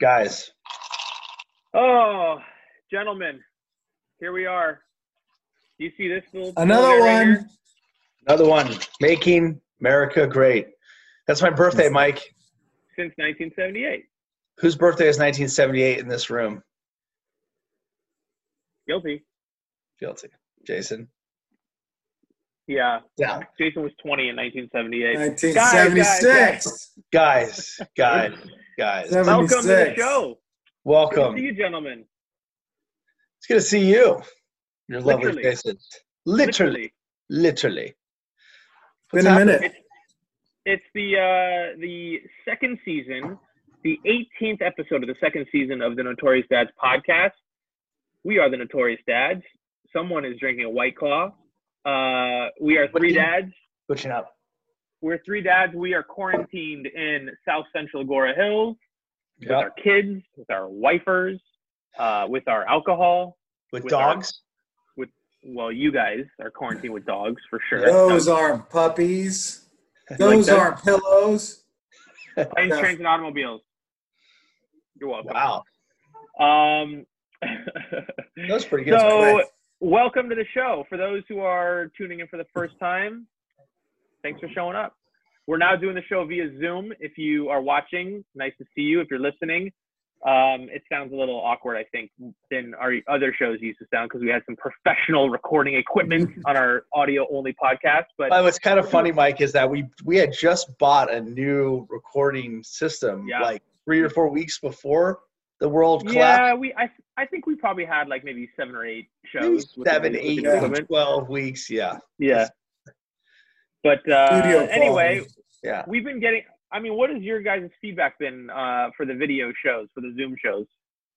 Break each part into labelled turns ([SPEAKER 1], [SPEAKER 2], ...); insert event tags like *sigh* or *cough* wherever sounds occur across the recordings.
[SPEAKER 1] guys?
[SPEAKER 2] Oh, gentlemen, here we are. Do you see this little
[SPEAKER 3] Another
[SPEAKER 2] guy right
[SPEAKER 3] one.
[SPEAKER 2] here?
[SPEAKER 1] Another one, making America great. That's my birthday, Mike.
[SPEAKER 2] since 1978.
[SPEAKER 1] Whose birthday is 1978 in this room?
[SPEAKER 2] Guilty.
[SPEAKER 1] Guilty. Jason.
[SPEAKER 2] Yeah,
[SPEAKER 1] Down.
[SPEAKER 2] Jason was 20 in 1978.
[SPEAKER 3] 1976.
[SPEAKER 2] *laughs*
[SPEAKER 1] Guys, guys, guys.
[SPEAKER 3] Seven-
[SPEAKER 2] Welcome to the
[SPEAKER 3] 76.
[SPEAKER 2] show. Good to see
[SPEAKER 1] Welcome.
[SPEAKER 2] you, gentlemen.
[SPEAKER 1] It's good to see you. Your lovely
[SPEAKER 2] Literally.
[SPEAKER 1] faces. Literally. Literally.
[SPEAKER 3] Been a minute.
[SPEAKER 2] It's the uh, the second season, the 18th episode of the second season of the Notorious Dads podcast. We are the Notorious Dads. Someone is drinking a White Claw. Uh, we are
[SPEAKER 1] do
[SPEAKER 2] three
[SPEAKER 1] you-
[SPEAKER 2] dads.
[SPEAKER 1] Switching up.
[SPEAKER 2] We're three dads. We are quarantined in South Central Gora Hills with
[SPEAKER 1] Yeah.
[SPEAKER 2] our kids, with our wifers, uh, with our alcohol.
[SPEAKER 1] With
[SPEAKER 2] with our-
[SPEAKER 1] dogs.
[SPEAKER 2] Well, you guys are quarantined with dogs for sure.
[SPEAKER 3] Those aren't puppies. Those
[SPEAKER 1] that?
[SPEAKER 3] aren't pillows.
[SPEAKER 2] planes, trains, and automobiles. You're welcome.
[SPEAKER 1] Wow.
[SPEAKER 2] Um, *laughs*
[SPEAKER 1] That was pretty good.
[SPEAKER 2] so,
[SPEAKER 3] Right.
[SPEAKER 2] welcome to the show. For those who are tuning in for the first time, thanks for showing up. We're now doing the show via Zoom. If you are watching, nice to see you. If you're listening, um, it sounds a little awkward, I think, than our other shows used to sound because we had some professional recording equipment
[SPEAKER 1] *laughs*
[SPEAKER 2] on our audio only podcast. But
[SPEAKER 1] But what's kind of funny, Mike, is that we we had just bought a new recording system
[SPEAKER 2] Yeah.
[SPEAKER 1] like three or four weeks before the world collapsed.
[SPEAKER 2] yeah, we I, I think we probably had like maybe seven or eight
[SPEAKER 1] Maybe
[SPEAKER 2] shows. with the-
[SPEAKER 1] seven,
[SPEAKER 2] with the
[SPEAKER 1] eight,
[SPEAKER 2] equipment.
[SPEAKER 1] weeks, twelve weeks. Yeah,
[SPEAKER 2] Yeah. But uh,
[SPEAKER 3] Studio
[SPEAKER 2] anyway,
[SPEAKER 3] quality.
[SPEAKER 1] yeah.
[SPEAKER 2] we've been getting. I mean, what has your guys' feedback been uh, for the video shows, for the Zoom shows?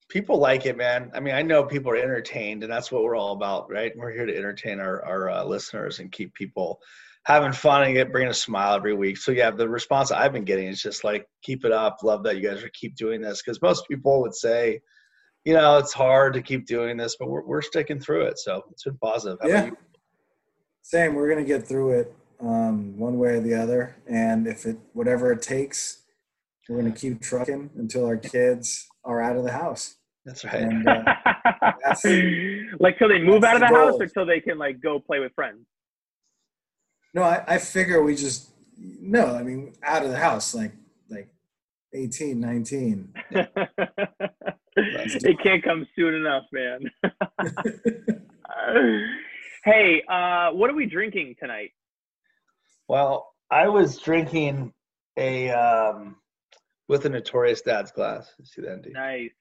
[SPEAKER 1] People like it, man. I mean, I know people are entertained, and that's what we're all about, right? We're here to entertain our our uh, listeners and keep people having fun and get, bringing a smile every week. So yeah, the response I've been getting is just like, keep it up. Love that you guys are keep doing this because most people would say, you know, it's hard to keep doing this, but we're we're sticking through it. So it's been positive. How about
[SPEAKER 3] Yeah.
[SPEAKER 1] you?
[SPEAKER 3] Same. We're gonna get through it um, one way or the other, and if it whatever it takes, we're gonna keep trucking until our kids are out of the house.
[SPEAKER 1] That's right.
[SPEAKER 3] And uh,
[SPEAKER 2] *laughs* like till they move out of the
[SPEAKER 3] that's the
[SPEAKER 2] house,
[SPEAKER 3] goal.
[SPEAKER 2] or till they can like go play with friends.
[SPEAKER 3] no, I, I figure we just no. I mean, out of the house, like like 18, 19.
[SPEAKER 2] *laughs* they can't come soon enough, man. *laughs* hey, uh, what are we drinking tonight?
[SPEAKER 1] Well, I was drinking a um, with a notorious dad's glass. You See that? Andy?
[SPEAKER 2] Nice.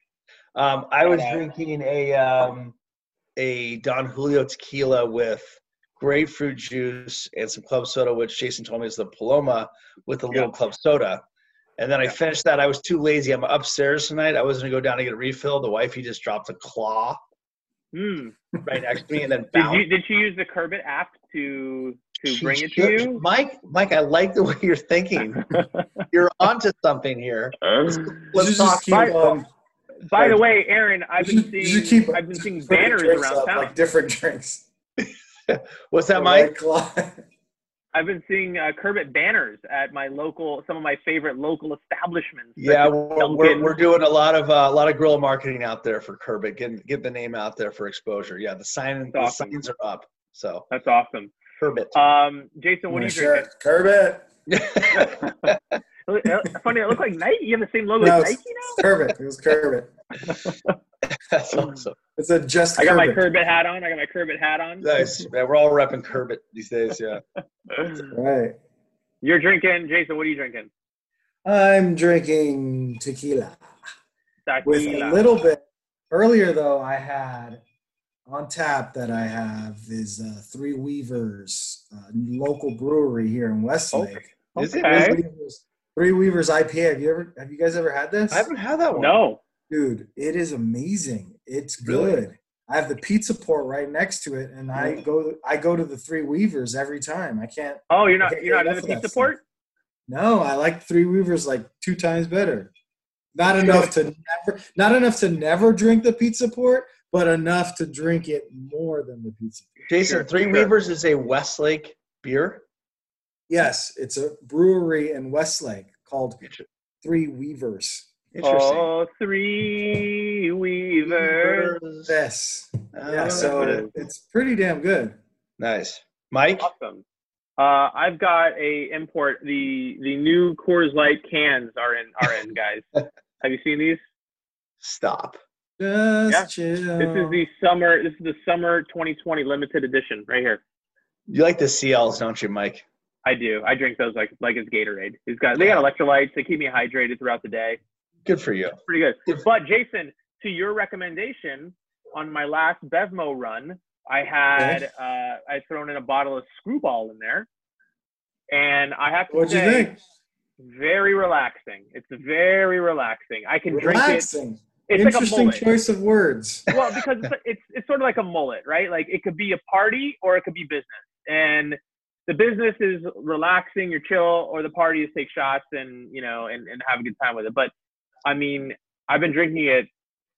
[SPEAKER 1] Um, I was
[SPEAKER 2] Shout out.
[SPEAKER 1] drinking a um, a Don Julio tequila with grapefruit juice and some club soda, which Jason told me is the Paloma with a little
[SPEAKER 2] Yeah.
[SPEAKER 1] club soda. And then I
[SPEAKER 2] Yeah.
[SPEAKER 1] finished that. I was too lazy. I'm upstairs tonight. I was gonna go down to get a refill. The wifey just dropped a claw
[SPEAKER 2] Hmm.
[SPEAKER 1] right next to me and then
[SPEAKER 2] *laughs* Did
[SPEAKER 1] bounced.
[SPEAKER 2] you did you use the Curbit app to to
[SPEAKER 1] She
[SPEAKER 2] bring it to
[SPEAKER 1] shook-
[SPEAKER 2] you?
[SPEAKER 1] Mike. Mike, I like the way you're
[SPEAKER 2] *laughs*
[SPEAKER 1] thinking. you're onto something here.
[SPEAKER 3] You
[SPEAKER 1] Let's
[SPEAKER 3] should
[SPEAKER 1] talk.
[SPEAKER 3] just keep, um,
[SPEAKER 2] By the way, Aaron, I've
[SPEAKER 3] you
[SPEAKER 2] been
[SPEAKER 3] should- you
[SPEAKER 2] seeing
[SPEAKER 3] should keep-
[SPEAKER 2] I've been seeing
[SPEAKER 3] just put your
[SPEAKER 2] banners
[SPEAKER 3] drinks
[SPEAKER 2] around
[SPEAKER 3] up,
[SPEAKER 2] town.
[SPEAKER 3] like different *laughs* drinks.
[SPEAKER 1] What's that,
[SPEAKER 3] The
[SPEAKER 1] Mike?
[SPEAKER 3] Red Claw.
[SPEAKER 2] I've been seeing uh, Curbit banners at my local, some of my favorite local establishments. such
[SPEAKER 1] Yeah,
[SPEAKER 2] as
[SPEAKER 1] we're, we're,
[SPEAKER 2] Dunkin'.
[SPEAKER 1] we're doing a lot of uh, a lot of guerrilla marketing out there for Kerbit, getting get the name out there for exposure. Yeah, the sign the
[SPEAKER 2] Awesome.
[SPEAKER 1] signs are up. So
[SPEAKER 2] that's awesome. *laughs*
[SPEAKER 1] Kerbit. *laughs*
[SPEAKER 2] Um, Jason, what are
[SPEAKER 3] My
[SPEAKER 2] you
[SPEAKER 3] shirt. Curb it.
[SPEAKER 2] drinking? Funny, it looked like Nike. You have the same logo
[SPEAKER 3] No,
[SPEAKER 2] as
[SPEAKER 3] it's-
[SPEAKER 2] Nike now.
[SPEAKER 3] Curb it. It was curb it.
[SPEAKER 1] That's awesome.
[SPEAKER 3] It's a just
[SPEAKER 2] I got my
[SPEAKER 3] Curb It.
[SPEAKER 2] Curbit hat on. I got my Curbit hat on.
[SPEAKER 1] Nice. Yeah, we're all repping Kerbit these days. Yeah.
[SPEAKER 3] Right.
[SPEAKER 2] You're drinking, Jason. What are you drinking?
[SPEAKER 3] I'm drinking tequila with
[SPEAKER 2] Tequila.
[SPEAKER 3] a little bit. Earlier though, I had on tap that I have is uh, Three Weavers, uh, local brewery here in Westlake.
[SPEAKER 1] Is it?
[SPEAKER 2] Okay.
[SPEAKER 3] Three, Weavers, Three Weavers IPA. Have you ever? Have you guys ever had this?
[SPEAKER 1] I haven't had that one.
[SPEAKER 2] No.
[SPEAKER 3] Dude, it is amazing. It's
[SPEAKER 1] Really?
[SPEAKER 3] good. I have the pizza port right next to it, and I
[SPEAKER 1] Yeah.
[SPEAKER 3] go. I go to the Three Weavers every time. I can't.
[SPEAKER 2] Oh, you're not.
[SPEAKER 3] Okay,
[SPEAKER 2] You're not
[SPEAKER 3] enough
[SPEAKER 2] in the
[SPEAKER 3] of that
[SPEAKER 2] pizza
[SPEAKER 3] stuff.
[SPEAKER 2] port.
[SPEAKER 3] No, I like Three Weavers like two times better. Not enough to never, not enough to never drink the pizza port, but enough to drink it more than the pizza. Port.
[SPEAKER 1] Jason,
[SPEAKER 2] Sure,
[SPEAKER 1] Three
[SPEAKER 2] sure.
[SPEAKER 1] Weavers is a Westlake beer.
[SPEAKER 3] Yes, it's a brewery in Westlake called Three Weavers.
[SPEAKER 1] Interesting.
[SPEAKER 2] Oh, three weavers.
[SPEAKER 3] Yes. Yeah,
[SPEAKER 1] Oh,
[SPEAKER 3] so it's pretty damn good.
[SPEAKER 1] nice. Mike?
[SPEAKER 2] Awesome. Uh, I've got a import. The the new Coors Light cans are in are in,
[SPEAKER 3] *laughs*
[SPEAKER 2] guys. Have you seen these?
[SPEAKER 1] Stop.
[SPEAKER 3] Just
[SPEAKER 2] Yeah.
[SPEAKER 3] chill.
[SPEAKER 2] This is the summer. This is the summer 2020 limited edition right here.
[SPEAKER 1] You like the CLs, don't you, Mike?
[SPEAKER 2] I do. I drink those like like it's Gatorade. It's got they got electrolytes. They keep me hydrated throughout the day.
[SPEAKER 1] Good for you.
[SPEAKER 2] Pretty good.
[SPEAKER 1] If-
[SPEAKER 2] But Jason, to your recommendation, on my last Bevmo run, I had
[SPEAKER 3] Yes.
[SPEAKER 2] uh, I thrown in a bottle of Screwball in there, and I have to
[SPEAKER 3] What'd you
[SPEAKER 2] say,
[SPEAKER 3] think?
[SPEAKER 2] very relaxing. It's very relaxing. I can drink it.
[SPEAKER 3] Relaxing.
[SPEAKER 2] It's like a
[SPEAKER 3] Interesting
[SPEAKER 2] mullet.
[SPEAKER 3] choice of words.
[SPEAKER 2] well, because it's, it's it's sort of like a mullet, right? Like it could be a party or it could be business. And the business is relaxing, you're chill, or the party is take shots and you know and, and have a good time with it. But I mean, I've been drinking it.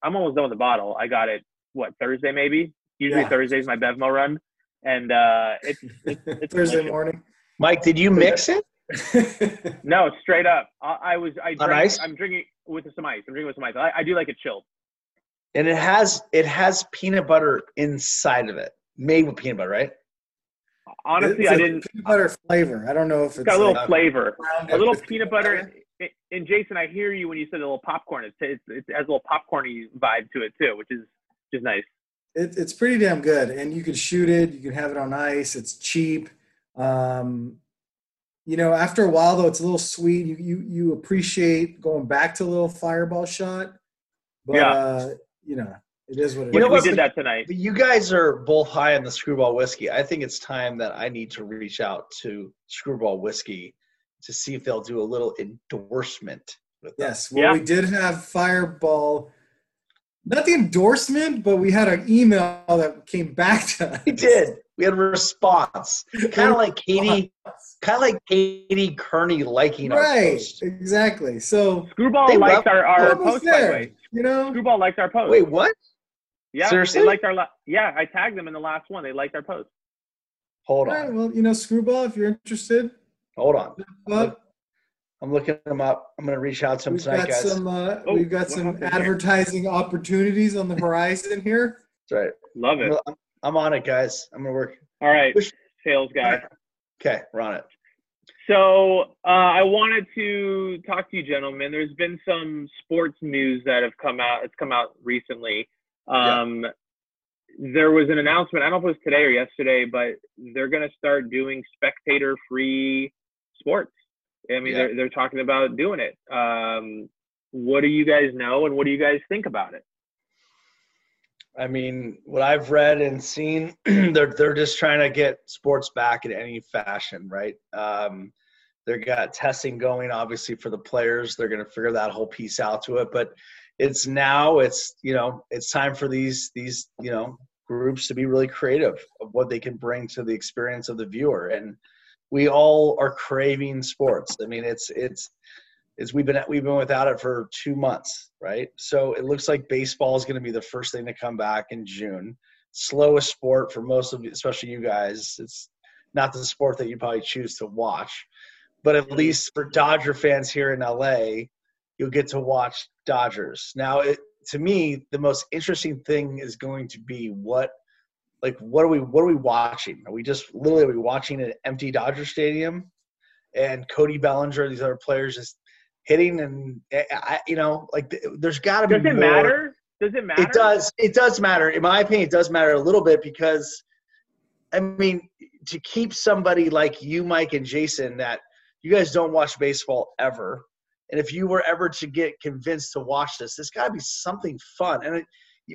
[SPEAKER 2] I'm almost done with the bottle. I got it what Thursday maybe. Usually
[SPEAKER 3] Yeah.
[SPEAKER 2] Thursday's my Bevmo run, and uh, *laughs* it's
[SPEAKER 3] *laughs* Thursday
[SPEAKER 2] delicious.
[SPEAKER 3] morning.
[SPEAKER 1] Mike, did you mix it?
[SPEAKER 2] No, straight up. I, I was I drank,
[SPEAKER 1] ice?
[SPEAKER 2] I'm drinking with some ice. I'm drinking with some ice. I, I do like it chilled.
[SPEAKER 1] And it has it has peanut butter inside of it. Made with peanut butter, right?
[SPEAKER 2] Honestly,
[SPEAKER 3] It's
[SPEAKER 2] I
[SPEAKER 3] a
[SPEAKER 2] didn't.
[SPEAKER 3] Peanut butter flavor. I don't know if it's,
[SPEAKER 2] It's got a little
[SPEAKER 3] like
[SPEAKER 2] flavor.
[SPEAKER 3] brown
[SPEAKER 2] a little
[SPEAKER 3] butter.
[SPEAKER 2] peanut butter. And, and Jason, I hear you when you said a little popcorn. It's, it's, it has a little popcorny vibe to it too, which is which is nice.
[SPEAKER 3] It, it's pretty damn good, and you can shoot it. You can have it on ice. It's cheap. Um, you know, after a while though, it's a little sweet. You you you appreciate going back to a little fireball shot, but
[SPEAKER 2] Yeah.
[SPEAKER 3] uh, you know, it is what it is.
[SPEAKER 1] You know
[SPEAKER 2] we
[SPEAKER 1] what?
[SPEAKER 2] did that tonight.
[SPEAKER 1] But you guys are both high on the screwball whiskey. I think it's time that I need to reach out to screwball whiskey to see if they'll do a little endorsement with us.
[SPEAKER 3] Yes. Well, we did have Fireball, not the endorsement, but we had an email that came back to us.
[SPEAKER 1] We did. We had a response. Kind of like Katie, kind of like Katie Kearney liking our
[SPEAKER 3] Right.
[SPEAKER 1] post.
[SPEAKER 3] Exactly. So,
[SPEAKER 2] Screwball
[SPEAKER 1] They
[SPEAKER 2] likes
[SPEAKER 1] love-
[SPEAKER 2] our, our
[SPEAKER 3] almost
[SPEAKER 2] post, by the
[SPEAKER 3] there.
[SPEAKER 2] way.
[SPEAKER 3] you know,
[SPEAKER 2] Screwball likes our post.
[SPEAKER 1] Wait, what?
[SPEAKER 2] yeah,
[SPEAKER 1] seriously?
[SPEAKER 2] They liked our la- yeah, I tagged them in the last one. They liked our post.
[SPEAKER 1] Hold
[SPEAKER 3] all right,
[SPEAKER 1] on.
[SPEAKER 3] well, you know, Screwball, if you're interested,
[SPEAKER 1] Hold on.
[SPEAKER 3] well,
[SPEAKER 1] I'm looking them up. I'm gonna reach out to them
[SPEAKER 3] we've
[SPEAKER 1] tonight,
[SPEAKER 3] got
[SPEAKER 1] guys.
[SPEAKER 3] some uh,
[SPEAKER 2] Oh,
[SPEAKER 3] we've got
[SPEAKER 2] what
[SPEAKER 3] some
[SPEAKER 2] happened here?
[SPEAKER 3] advertising opportunities on the horizon here.
[SPEAKER 1] That's right.
[SPEAKER 2] Love it.
[SPEAKER 1] I'm, I'm on it, guys. I'm gonna work.
[SPEAKER 2] All right,
[SPEAKER 1] Wish-
[SPEAKER 2] sales guy.
[SPEAKER 1] Okay, we're on it.
[SPEAKER 2] So uh, I wanted to talk to you, gentlemen. There's been some sports news that have come out. It's come out recently. Um, There was an announcement. I don't know if it was today or yesterday, but they're going to start doing spectator-free sports. I mean,
[SPEAKER 1] Yeah.
[SPEAKER 2] they're they're talking about doing it. Um, what do you guys know, and what do you guys think about it?
[SPEAKER 1] I mean, what I've read and seen, *clears throat* they're they're just trying to get sports back in any fashion, right? Um, they've got testing going, obviously, for the players. They're going to figure that whole piece out to it, but it's now. It's you know, it's time for these these you know groups to be really creative of what they can bring to the experience of the viewer, and we all are craving sports. I mean, it's it's is we've been we've been without it for two months, right? So it looks like baseball is going to be the first thing to come back in June. Slowest sport for most of, you, especially you guys. It's not the sport that you probably choose to watch, but
[SPEAKER 2] Mm-hmm.
[SPEAKER 1] at least for Dodger fans here in LA, you'll get to watch Dodgers. Now, it, to me, the most interesting thing is going to be what, like, what are we what are we watching? Are we just literally are we watching an empty Dodger Stadium? And Cody Bellinger, these other players just hitting and I, I- you know like th- there's got to be
[SPEAKER 2] Does it
[SPEAKER 1] more-
[SPEAKER 2] matter? Does it matter?
[SPEAKER 1] it does it does matter in my opinion it does matter a little bit because i mean to keep somebody like you mike and jason that you guys don't watch baseball ever and if you were ever to get convinced to watch this there's got to be something fun and it,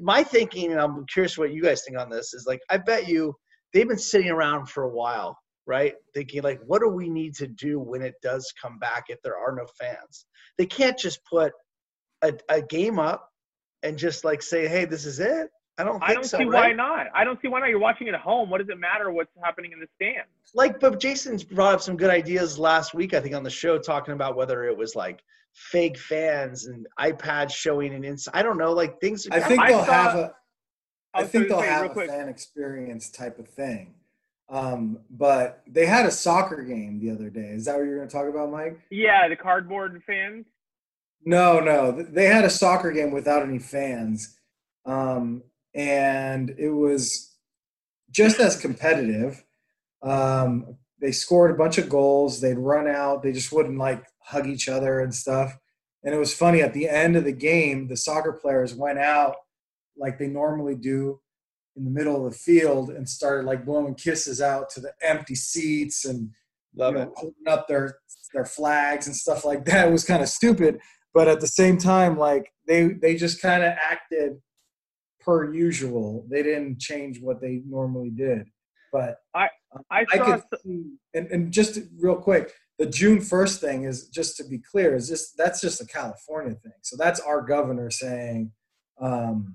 [SPEAKER 1] my thinking and i'm curious what you guys think on this is like i bet you they've been sitting around for a while right thinking like what do we need to do when it does come back if there are no fans they can't just put a, a game up and just like say, "Hey, this is it." I don't think
[SPEAKER 2] I don't
[SPEAKER 1] so.
[SPEAKER 2] see why
[SPEAKER 1] right?
[SPEAKER 2] not. I don't see why not. You're watching it at home. What does it matter what's happening in the stands?
[SPEAKER 1] Like, but Jason's brought up some good ideas last week, I think, on the show, talking about whether it was like fake fans and iPads showing an ins. I don't know, like things.
[SPEAKER 3] I think
[SPEAKER 2] I
[SPEAKER 3] they'll
[SPEAKER 2] saw-
[SPEAKER 3] have a I
[SPEAKER 2] was
[SPEAKER 3] think they'll
[SPEAKER 2] gonna say, real
[SPEAKER 3] have a
[SPEAKER 2] quick.
[SPEAKER 3] fan experience type of thing. Um, but they had a soccer game the other day. Is that what you're going to talk about, Mike?
[SPEAKER 2] Yeah, the cardboard fans.
[SPEAKER 3] No, no. They had a soccer game without any fans. Um, and it was just as competitive. Um, they scored a bunch of goals. They'd run out. They just wouldn't like hug each other and stuff. And it was funny at the end of the game, the soccer players went out like they normally do in the middle of the field and started like blowing kisses out to the empty seats and
[SPEAKER 1] Love
[SPEAKER 3] you know,
[SPEAKER 1] it.
[SPEAKER 3] holding up their their flags and stuff like that. It was kind of stupid, but at the same time, like they they just kind of acted per usual. They didn't change what they normally did. But
[SPEAKER 2] I-
[SPEAKER 3] um,
[SPEAKER 2] I saw
[SPEAKER 3] could
[SPEAKER 2] s-
[SPEAKER 3] see, and, and just real quick, the June first thing is just to be clear is just that's just a California thing. So that's our governor saying um,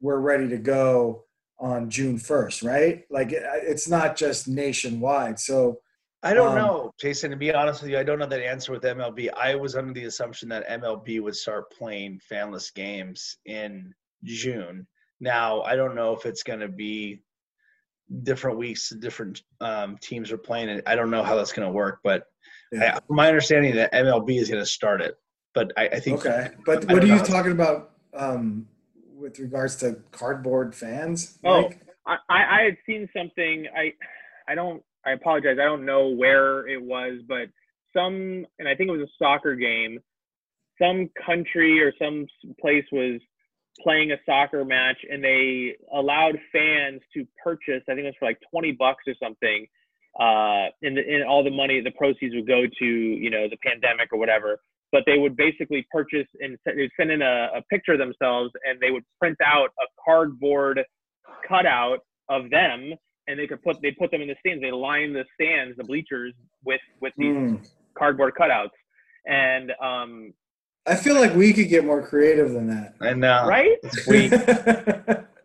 [SPEAKER 3] we're ready to go on June first, right? Like it, it's not just nationwide. So
[SPEAKER 1] I don't
[SPEAKER 3] Um,
[SPEAKER 1] know, Jason. To be honest with you, I don't know that answer with MLB. I was under the assumption that MLB would start playing fanless games in June. Now, I don't know if it's going to be different weeks, different um, teams are playing it. I don't know how that's going to work, but
[SPEAKER 3] Yeah.
[SPEAKER 1] I, my understanding that MLB is going to start it. But I, I think I
[SPEAKER 3] Okay, but
[SPEAKER 1] don't
[SPEAKER 3] what are you
[SPEAKER 1] know.
[SPEAKER 3] talking about um, with regards to cardboard fans?
[SPEAKER 2] Oh.
[SPEAKER 3] Mike?
[SPEAKER 2] I, I I had seen something. I I don't. I apologize. I don't know where it was, but some, and I think it was a soccer game. Some country or some s- place was playing a soccer match, and they allowed fans to purchase. I think it was for like twenty bucks or something. Uh, and, the, and all the money, the proceeds would go to you know the pandemic or whatever. But they would basically purchase and se- they'd send in a, a picture of themselves, and they would print out a cardboard cutout of them and they could put they put them in the stands they line the stands the bleachers with with these
[SPEAKER 3] Mm.
[SPEAKER 2] cardboard cutouts and um
[SPEAKER 3] I feel like we could get more creative than that.
[SPEAKER 1] I know.
[SPEAKER 2] right
[SPEAKER 1] uh, That's weak.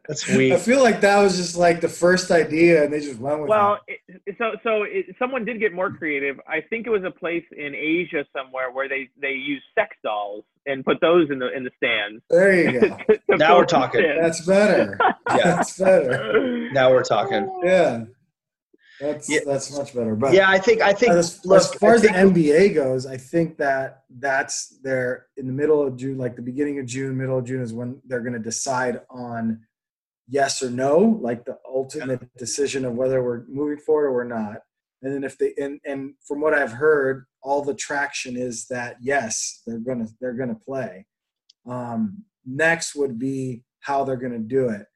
[SPEAKER 1] That's weak.
[SPEAKER 3] *laughs* I feel like that was just like the first idea, and they just went with
[SPEAKER 2] well
[SPEAKER 3] it.
[SPEAKER 2] it, so so it, someone did get more creative i think it was a place in asia somewhere where they they used sex dolls and put those in the in the stands *laughs*
[SPEAKER 3] There you go.
[SPEAKER 2] to fill
[SPEAKER 1] Now we're
[SPEAKER 2] the
[SPEAKER 1] talking.
[SPEAKER 2] stands.
[SPEAKER 3] That's better.
[SPEAKER 1] *laughs* Yeah.
[SPEAKER 3] That's better.
[SPEAKER 1] Now we're talking.
[SPEAKER 3] Yeah, that's
[SPEAKER 1] Yeah.
[SPEAKER 3] that's much better. But
[SPEAKER 1] Yeah, I think. I think.
[SPEAKER 3] as,
[SPEAKER 1] look,
[SPEAKER 3] as far
[SPEAKER 1] I
[SPEAKER 3] as the
[SPEAKER 1] think-
[SPEAKER 3] NBA goes, I think that that's their in the middle of June, like the beginning of June, middle of June is when they're going to decide on yes or no, like the ultimate decision of whether we're moving forward or we're not. And then if they and and from what I've heard, all the traction is that yes, they're gonna they're gonna play. Um, next would be how they're gonna do it.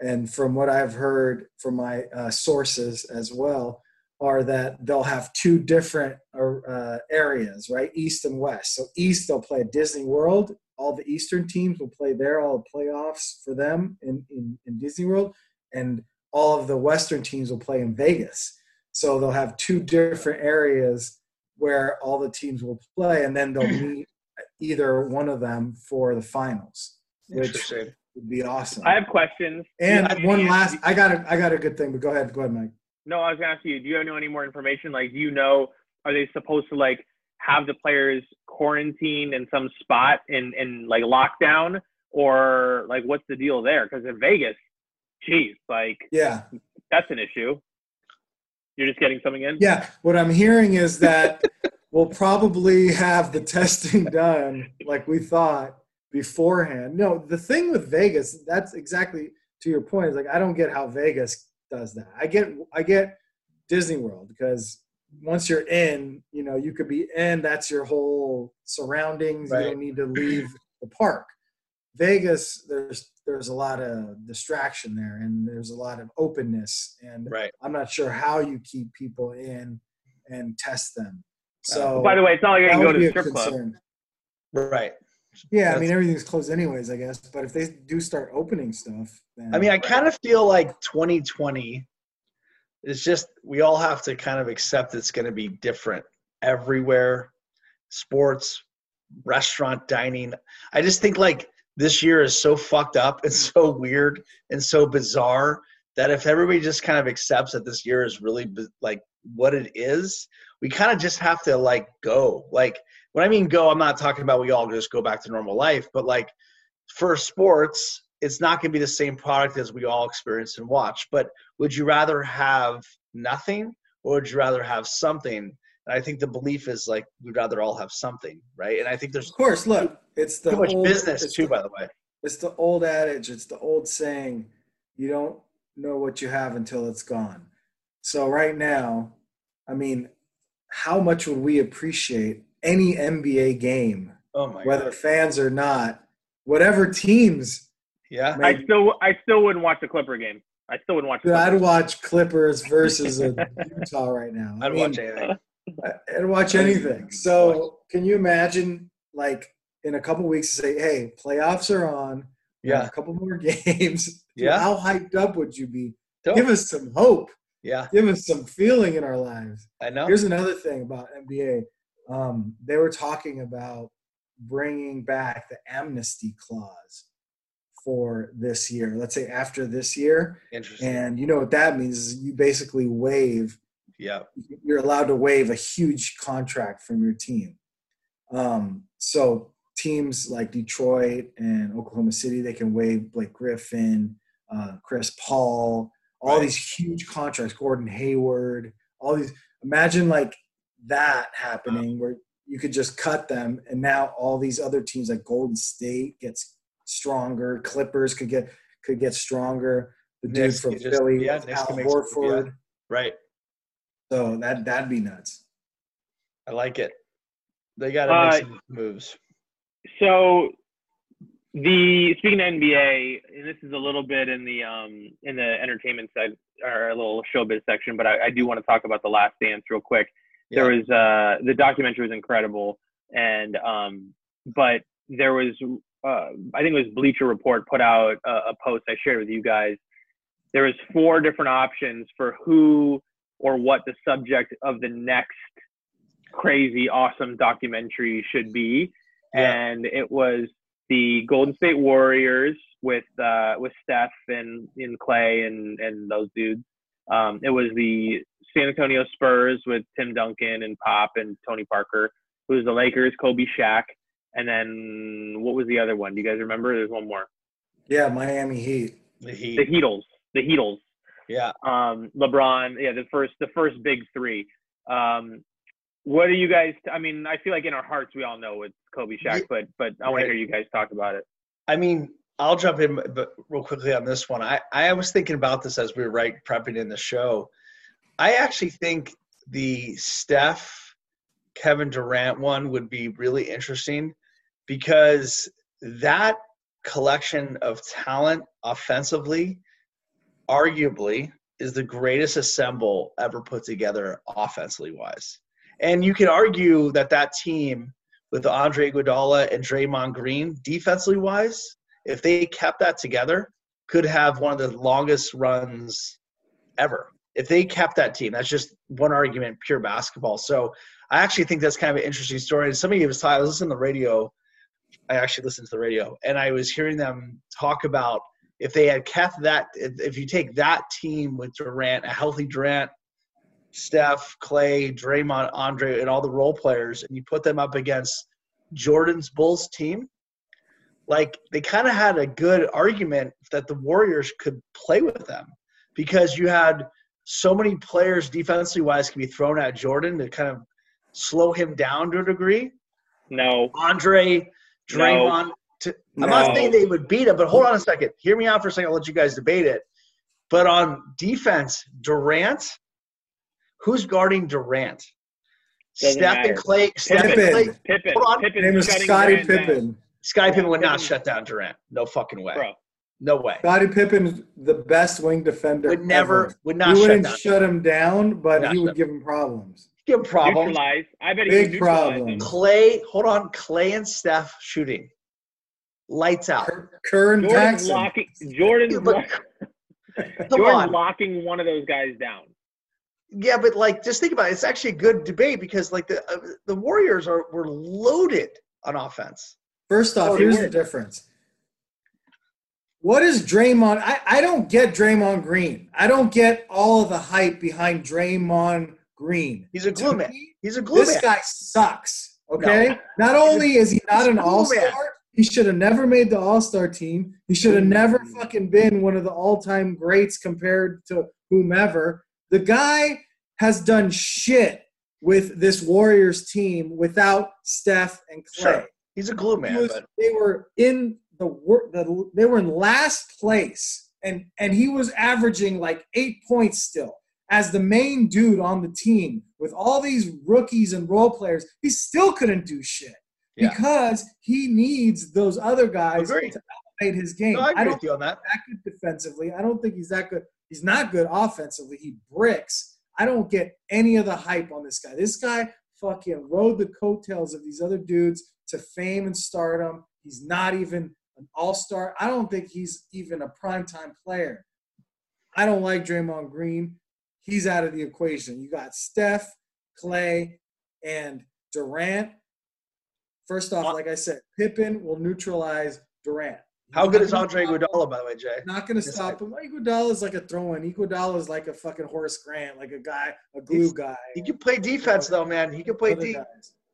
[SPEAKER 3] And from what I've heard from my uh, sources as well, are that they'll have two different uh, uh, areas, right? East and West. So East they'll play at Disney World. All the Eastern teams will play there. All the playoffs for them in, in, in Disney World, and all of the Western teams will play in Vegas. So they'll have two different areas where all the teams will play,
[SPEAKER 2] *clears throat*
[SPEAKER 3] and then they'll meet either one of them for the finals, which
[SPEAKER 1] Interesting.
[SPEAKER 3] would be awesome.
[SPEAKER 2] *laughs* i have questions
[SPEAKER 3] and one last, I got a, I got a good thing, but go ahead, go ahead, Mike.
[SPEAKER 2] No, I was gonna ask you, do you know any more information? Like, do you know, are they supposed to like have the players quarantined in some spot in in like lockdown, or like what's the deal there? Because in Vegas, geez, like
[SPEAKER 3] Yeah.
[SPEAKER 2] that's an issue. You're just getting something in.
[SPEAKER 3] Yeah, what I'm hearing is that we'll probably have the testing done like we thought beforehand. No, the thing with Vegas, that's exactly to your point. Is like I don't get how Vegas does that. I get I get Disney World because once you're in, you know, you could be in. That's your whole surroundings. You
[SPEAKER 1] Right.
[SPEAKER 3] don't need to leave the park. Vegas, there's there's a lot of distraction there, and there's a lot of openness and
[SPEAKER 1] Right.
[SPEAKER 3] I'm not sure how you keep people in and test them.
[SPEAKER 1] Uh,
[SPEAKER 3] So
[SPEAKER 2] By the way, it's not like I
[SPEAKER 3] that
[SPEAKER 2] can
[SPEAKER 3] would
[SPEAKER 2] go to
[SPEAKER 3] be
[SPEAKER 2] the
[SPEAKER 3] a
[SPEAKER 2] strip club.
[SPEAKER 3] concern.
[SPEAKER 1] Right.
[SPEAKER 3] Yeah, I
[SPEAKER 1] That's-
[SPEAKER 3] mean everything's closed anyways, I guess. But if they do start opening stuff, then
[SPEAKER 1] I mean, I kind of feel like 2020 is just we all have to kind of accept it's going to be different everywhere. Sports, restaurant dining. I just think like this year is so fucked up and so weird and so bizarre that if everybody just kind of accepts that this year is really bi- like what it is, we kind of just have to like go. Like when I mean go, I'm not talking about we all just go back to normal life, but like for sports, it's not going to be the same product as we all experience and watch. But would you rather have nothing or would you rather have something? And I think the belief is like we'd rather all have something, right? And I think there's
[SPEAKER 3] Of course, look, it's the
[SPEAKER 1] too much
[SPEAKER 3] old-
[SPEAKER 1] business
[SPEAKER 3] it's
[SPEAKER 1] too,
[SPEAKER 3] the-
[SPEAKER 1] by the way.
[SPEAKER 3] It's the old adage, it's the old saying, you don't know what you have until it's gone. So right now, I mean, how much would we appreciate any NBA game,
[SPEAKER 1] Oh my
[SPEAKER 3] whether
[SPEAKER 1] god.
[SPEAKER 3] fans or not, whatever teams?
[SPEAKER 1] Yeah.
[SPEAKER 3] Man,
[SPEAKER 2] I still I still wouldn't watch the Clipper game. I still wouldn't watch. The
[SPEAKER 3] dude, I'd
[SPEAKER 2] Clipper.
[SPEAKER 3] watch Clippers versus uh Utah right now. I
[SPEAKER 1] I'd
[SPEAKER 3] mean, uh,
[SPEAKER 1] watch anything.
[SPEAKER 3] I- I'd watch anything. So can you imagine, like, in a couple weeks, say, hey, playoffs are on. We have
[SPEAKER 1] Yeah.
[SPEAKER 3] a couple more *laughs* games. Dude,
[SPEAKER 1] Yeah.
[SPEAKER 3] how hyped up would you be?
[SPEAKER 1] Dope.
[SPEAKER 3] Give us some hope.
[SPEAKER 1] Yeah.
[SPEAKER 3] Give us some feeling in our lives.
[SPEAKER 1] I know.
[SPEAKER 3] Here's another thing about NBA. Um, they were talking about bringing back the amnesty clause for this year. Let's say after this year,
[SPEAKER 1] Interesting.
[SPEAKER 3] and you know what that means is you basically waive.
[SPEAKER 1] yeah.
[SPEAKER 3] You're allowed to waive a huge contract from your team. Um, so teams like Detroit and Oklahoma City, they can waive Blake Griffin, uh, Chris Paul, all
[SPEAKER 1] Right.
[SPEAKER 3] these huge contracts, Gordon Hayward, all these. Imagine like that happening where you could just cut them, and now all these other teams like Golden State gets stronger, Clippers could get could get stronger. The dude
[SPEAKER 1] Knicks
[SPEAKER 3] from
[SPEAKER 1] could just-
[SPEAKER 3] Philly,
[SPEAKER 1] yeah,
[SPEAKER 3] with
[SPEAKER 1] Knicks
[SPEAKER 3] Al
[SPEAKER 1] could make some- yeah.
[SPEAKER 3] Horford.
[SPEAKER 1] Right.
[SPEAKER 3] So that that'd be nuts.
[SPEAKER 1] I like it. They gotta make
[SPEAKER 2] Uh,
[SPEAKER 1] some moves.
[SPEAKER 2] So the speaking of NBA, and this is a little bit in the um in the entertainment side or a little showbiz section, but I, I do want to talk about the Last Dance real quick. There was uh the documentary was incredible, and um but there was uh, I think it was Bleacher Report put out a, a post I shared with you guys. There was four different options for who or what the subject of the next crazy awesome documentary should be
[SPEAKER 1] Yeah.
[SPEAKER 2] and it was the Golden State Warriors with uh, with Steph and, and Clay and and those dudes. Um, it was the San Antonio Spurs with Tim Duncan and Pop and Tony Parker. It was the Lakers, Kobe, Shaq, and then what was the other one? Do you guys remember? There's one more.
[SPEAKER 3] Yeah, Miami Heat.
[SPEAKER 1] The
[SPEAKER 2] The
[SPEAKER 1] Heat.
[SPEAKER 2] Heatles. The Heatles.
[SPEAKER 1] Yeah.
[SPEAKER 2] Um, LeBron. Yeah, the first the first big three. Um, what are you guys? I mean, I feel like in our hearts we all know it's Kobe, Shaq, but but I want
[SPEAKER 1] Right.
[SPEAKER 2] to hear you guys talk about it.
[SPEAKER 1] I mean, I'll jump in but real quickly on this one. I, I was thinking about this as we were right prepping in the show. I actually think the Steph Kevin Durant one would be really interesting because that collection of talent offensively arguably is the greatest assemble ever put together offensively wise. And you could argue that that team with Andre Iguodala and Draymond Green, defensively wise, if they kept that together, could have one of the longest runs ever. If they kept that team, that's just one argument, pure basketball. So I actually think that's kind of an interesting story. And somebody was talking, I was listening to the radio. I actually listened to the radio, and I was hearing them talk about if they had kept that, if if you take that team with Durant, a healthy Durant, Steph, Clay, Draymond, Andre, and all the role players, and you put them up against Jordan's Bulls team, like they kind of had a good argument that the Warriors could play with them because you had so many players defensively wise can be thrown at Jordan to kind of slow him down to a degree.
[SPEAKER 2] No.
[SPEAKER 1] Andre,
[SPEAKER 2] No.
[SPEAKER 1] Draymond, I'm not
[SPEAKER 2] No.
[SPEAKER 1] saying they would beat him, but hold on a second. Hear me out for a second. I'll let you guys debate it. But on defense, Durant, who's guarding Durant?
[SPEAKER 2] Doesn't
[SPEAKER 1] Steph
[SPEAKER 2] matter.
[SPEAKER 1] and Clay. Steph and
[SPEAKER 3] Pippen.
[SPEAKER 1] Clay.
[SPEAKER 2] Pippen.
[SPEAKER 1] Hold on.
[SPEAKER 2] Pippen.
[SPEAKER 3] Name is
[SPEAKER 2] shutting
[SPEAKER 3] Scottie
[SPEAKER 2] Durant down.
[SPEAKER 3] Pippen.
[SPEAKER 1] Sky Pippen would not
[SPEAKER 2] Pippen.
[SPEAKER 1] shut down Durant. No fucking way.
[SPEAKER 2] Bro.
[SPEAKER 1] No way.
[SPEAKER 3] Scottie Pippen, the best wing defender.
[SPEAKER 1] Would never.
[SPEAKER 3] ever.
[SPEAKER 1] Would not
[SPEAKER 3] you
[SPEAKER 1] shut
[SPEAKER 3] wouldn't
[SPEAKER 1] down.
[SPEAKER 3] shut him down, but
[SPEAKER 1] Not
[SPEAKER 3] he
[SPEAKER 1] shut-
[SPEAKER 3] would give him problems.
[SPEAKER 1] Give him problems.
[SPEAKER 2] Neutralize. I bet he
[SPEAKER 3] Big
[SPEAKER 2] can neutralize
[SPEAKER 3] problem.
[SPEAKER 2] him.
[SPEAKER 1] Clay. Hold on. Clay and Steph shooting. Lights out.
[SPEAKER 3] Kerr- Kerr and
[SPEAKER 2] Jordan's
[SPEAKER 3] Paxson.
[SPEAKER 2] locking. Jordan's,
[SPEAKER 1] Dude, but-
[SPEAKER 2] lock-
[SPEAKER 1] Come
[SPEAKER 2] Jordan's
[SPEAKER 1] on.
[SPEAKER 2] locking one of those guys down.
[SPEAKER 1] Yeah, but like, just think about it. It's actually a good debate because like the uh, the Warriors are were loaded on offense.
[SPEAKER 3] First off,
[SPEAKER 1] Oh, they
[SPEAKER 3] here's
[SPEAKER 1] were.
[SPEAKER 3] the difference. What is Draymond? I, I don't get Draymond Green. I don't get all of the hype behind Draymond Green.
[SPEAKER 1] He's a
[SPEAKER 3] To
[SPEAKER 1] glue man.
[SPEAKER 3] me,
[SPEAKER 1] He's a glue
[SPEAKER 3] This
[SPEAKER 1] man.
[SPEAKER 3] guy sucks. Okay. Not only is he not
[SPEAKER 1] he's
[SPEAKER 3] an
[SPEAKER 1] a glue
[SPEAKER 3] all star, he should have never made the all star team. He should have never
[SPEAKER 1] Mm.
[SPEAKER 3] fucking been one of the all time greats compared to whomever. The guy has done shit with this Warriors team without Steph and Clay.
[SPEAKER 1] Sure. He's a glue man,
[SPEAKER 3] He was-
[SPEAKER 1] but
[SPEAKER 3] they were in the work. The, they were in last place, and and he was averaging like eight points still as the main dude on the team with all these rookies and role players. He still couldn't do shit
[SPEAKER 1] Yeah.
[SPEAKER 3] because he needs those other guys
[SPEAKER 1] Agreed.
[SPEAKER 3] to elevate his game.
[SPEAKER 1] no, I agree
[SPEAKER 3] don't
[SPEAKER 1] with you on that.
[SPEAKER 3] that good defensively. I don't think he's that good. He's not good offensively. He bricks. I don't get any of the hype on this guy. This guy fucking rode the coattails of these other dudes to fame and stardom. He's not even an all star. I don't think he's even a primetime player. I don't like Draymond Green. He's out of the equation. You got Steph, Clay, and Durant. First off, like I said, Pippen will neutralize Durant.
[SPEAKER 1] How good is Andre Iguodala, by the way, Jay?
[SPEAKER 3] Not going to
[SPEAKER 1] Yes,
[SPEAKER 3] stop him. Iguodala is like a throw-in. Iguodala is like a fucking Horace Grant, like a guy, a glue
[SPEAKER 1] He's-
[SPEAKER 3] guy.
[SPEAKER 1] He can play defense though, man. He can play
[SPEAKER 3] Other
[SPEAKER 1] D. He
[SPEAKER 3] guys.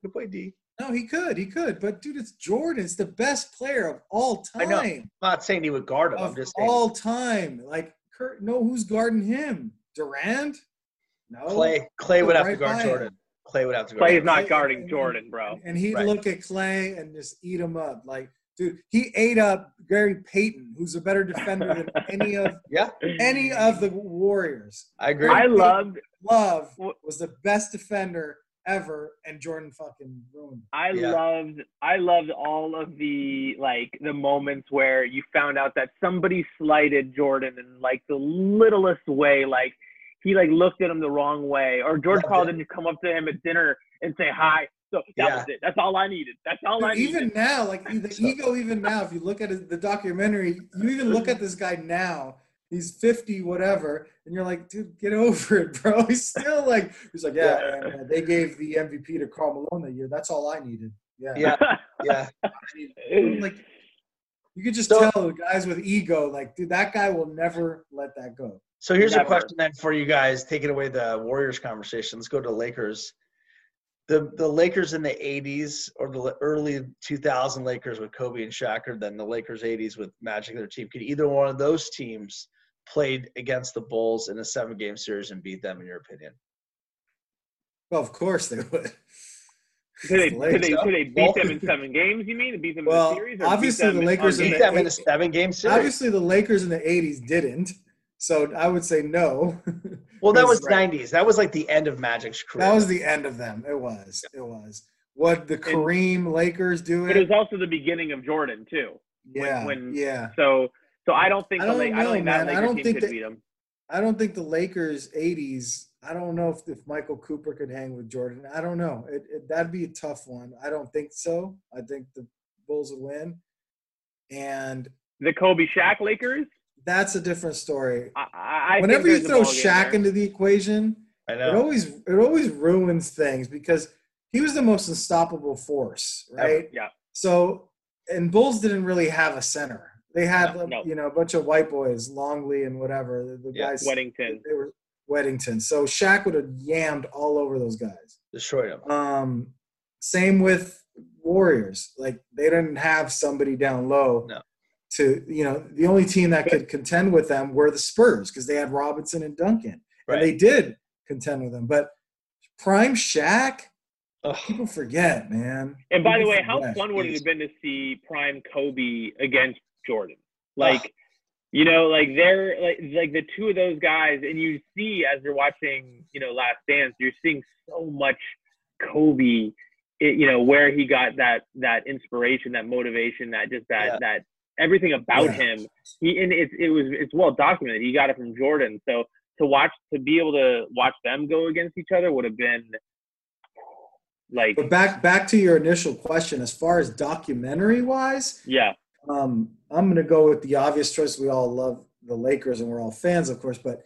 [SPEAKER 1] can play D.
[SPEAKER 3] No, he could, he could. But dude, it's Jordan. It's the best player of all
[SPEAKER 1] I know.
[SPEAKER 3] time.
[SPEAKER 1] I'm not saying he would guard him. I'm
[SPEAKER 3] Of
[SPEAKER 1] just saying
[SPEAKER 3] all time. Like, Kurt, no, who's guarding him? Durant? No.
[SPEAKER 1] Clay. Clay would have to
[SPEAKER 3] Right by
[SPEAKER 1] guard
[SPEAKER 3] him.
[SPEAKER 1] Jordan. Clay would have to guard.
[SPEAKER 2] Clay is
[SPEAKER 1] Jordan.
[SPEAKER 2] not guarding Jordan, bro.
[SPEAKER 3] And he'd
[SPEAKER 1] Right.
[SPEAKER 3] look at Clay and just eat him up. Like, dude, he ate up Gary Payton, who's a better defender than any of
[SPEAKER 1] Yeah,
[SPEAKER 3] any of the Warriors.
[SPEAKER 1] I agree.
[SPEAKER 2] I loved
[SPEAKER 3] Love
[SPEAKER 2] Wh-
[SPEAKER 3] was the best defender ever, and Jordan fucking ruined it.
[SPEAKER 2] I
[SPEAKER 1] Yeah.
[SPEAKER 2] loved I loved all of the like the moments where you found out that somebody slighted Jordan in like the littlest way, like he like looked at him the wrong way, or George
[SPEAKER 1] Loved
[SPEAKER 2] Carl didn't come up to him at dinner and say hi. So that
[SPEAKER 1] Yeah.
[SPEAKER 2] was it. That's all I needed. That's all Oh, I
[SPEAKER 3] Dude,
[SPEAKER 2] needed.
[SPEAKER 3] even now, like the
[SPEAKER 1] So-
[SPEAKER 3] ego, even now, if you look at it- the documentary, you even look at this guy now. He's fifty, whatever, and you're like, dude, get over it, bro. *laughs* He's still like, he's like, yeah, man, man, they gave the MVP to Carl Malone that year. That's all I needed. Yeah,
[SPEAKER 1] Yeah.
[SPEAKER 2] *laughs*
[SPEAKER 1] yeah,
[SPEAKER 3] like you could just
[SPEAKER 1] So-
[SPEAKER 3] tell the guys with ego, like, dude, that guy will never let that go.
[SPEAKER 1] So here's a
[SPEAKER 2] Never.
[SPEAKER 1] question then for you guys, taking away the Warriors conversation. Let's go to Lakers. The the Lakers in the '80s or the early 2000 Lakers with Kobe and Shaq, or then the Lakers '80s with Magic and their team. Could either one of those teams played against the Bulls in a seven-game series and beat them? In your opinion?
[SPEAKER 3] Well, of course they would.
[SPEAKER 2] Could they, could they,
[SPEAKER 1] Lakers.
[SPEAKER 2] could they
[SPEAKER 1] *laughs*
[SPEAKER 2] beat them in seven games? You mean beat them in
[SPEAKER 3] Well,
[SPEAKER 2] the series? Or
[SPEAKER 3] obviously
[SPEAKER 2] beat them
[SPEAKER 3] the Lakers
[SPEAKER 2] in,
[SPEAKER 1] Beat
[SPEAKER 3] in
[SPEAKER 2] on
[SPEAKER 3] the
[SPEAKER 1] them in a
[SPEAKER 3] eight-
[SPEAKER 1] seven-game series.
[SPEAKER 3] Obviously, the Lakers in the '80s didn't, so I would say no. *laughs*
[SPEAKER 1] Well, that was
[SPEAKER 3] Right.
[SPEAKER 1] '90s. That was like the end of Magic's career.
[SPEAKER 3] that was the end of them. It was. It was. What the Kareem Lakers
[SPEAKER 2] But it
[SPEAKER 3] doing?
[SPEAKER 2] was also the beginning of Jordan too.
[SPEAKER 3] Yeah,
[SPEAKER 2] when-
[SPEAKER 3] yeah.
[SPEAKER 2] So so I don't think
[SPEAKER 3] I
[SPEAKER 2] the
[SPEAKER 3] don't
[SPEAKER 2] La- I
[SPEAKER 3] know,
[SPEAKER 2] don't think
[SPEAKER 3] man.
[SPEAKER 2] that
[SPEAKER 3] I
[SPEAKER 2] Laker
[SPEAKER 3] don't
[SPEAKER 2] team
[SPEAKER 3] think
[SPEAKER 2] could
[SPEAKER 3] that-
[SPEAKER 2] beat them.
[SPEAKER 3] I don't think the Lakers '80s. I don't know if, if Michael Cooper could hang with Jordan. I don't know. It, it, that'd be a tough one. I don't think so. I think the Bulls would win, and
[SPEAKER 2] The Kobe Shaq Lakers.
[SPEAKER 3] that's a different story.
[SPEAKER 2] I, I I
[SPEAKER 3] Whenever you
[SPEAKER 2] think there's a
[SPEAKER 3] throw
[SPEAKER 2] ball game
[SPEAKER 3] Shaq
[SPEAKER 2] there.
[SPEAKER 3] into the equation,
[SPEAKER 1] I
[SPEAKER 3] it
[SPEAKER 1] know.
[SPEAKER 3] always it always ruins things because he was the most unstoppable force, right?
[SPEAKER 2] yeah.
[SPEAKER 3] So and Bulls didn't really have a center. They had
[SPEAKER 2] No, no.
[SPEAKER 3] you know a bunch of white boys, Longley and whatever the, the
[SPEAKER 1] Yeah,
[SPEAKER 3] guys.
[SPEAKER 2] Weddington.
[SPEAKER 3] They were Weddington. So Shaq would have yammed all over those guys.
[SPEAKER 1] Destroyed him.
[SPEAKER 3] Um, same with Warriors. Like they didn't have somebody down low.
[SPEAKER 1] No.
[SPEAKER 3] To you know, the only team that could contend with them were the Spurs because they had Robinson and Duncan.
[SPEAKER 1] Right.
[SPEAKER 3] And they did contend with them. But prime Shaq,
[SPEAKER 1] Ugh.
[SPEAKER 3] people forget, man.
[SPEAKER 2] And by the
[SPEAKER 3] People
[SPEAKER 2] way, how
[SPEAKER 3] forget.
[SPEAKER 2] fun would it
[SPEAKER 1] Jeez.
[SPEAKER 2] have been to see prime Kobe against Jordan?
[SPEAKER 3] Ah.
[SPEAKER 2] Like, you know, like they're like like the two of those guys, and you see as you're watching, you know, Last Dance, you're seeing so much Kobe, it, you know, where he got that that inspiration, that motivation, that just that
[SPEAKER 1] Yeah.
[SPEAKER 2] that everything about
[SPEAKER 3] Yeah.
[SPEAKER 2] him. He and it's it was it's well documented. He got it from Jordan, so to watch to be able to watch them go against each other would have been like
[SPEAKER 3] But back back to your initial question, as far as documentary wise,
[SPEAKER 2] yeah
[SPEAKER 3] um, I'm going to go with the obvious choice. We all love the Lakers, and we're all fans, of course. But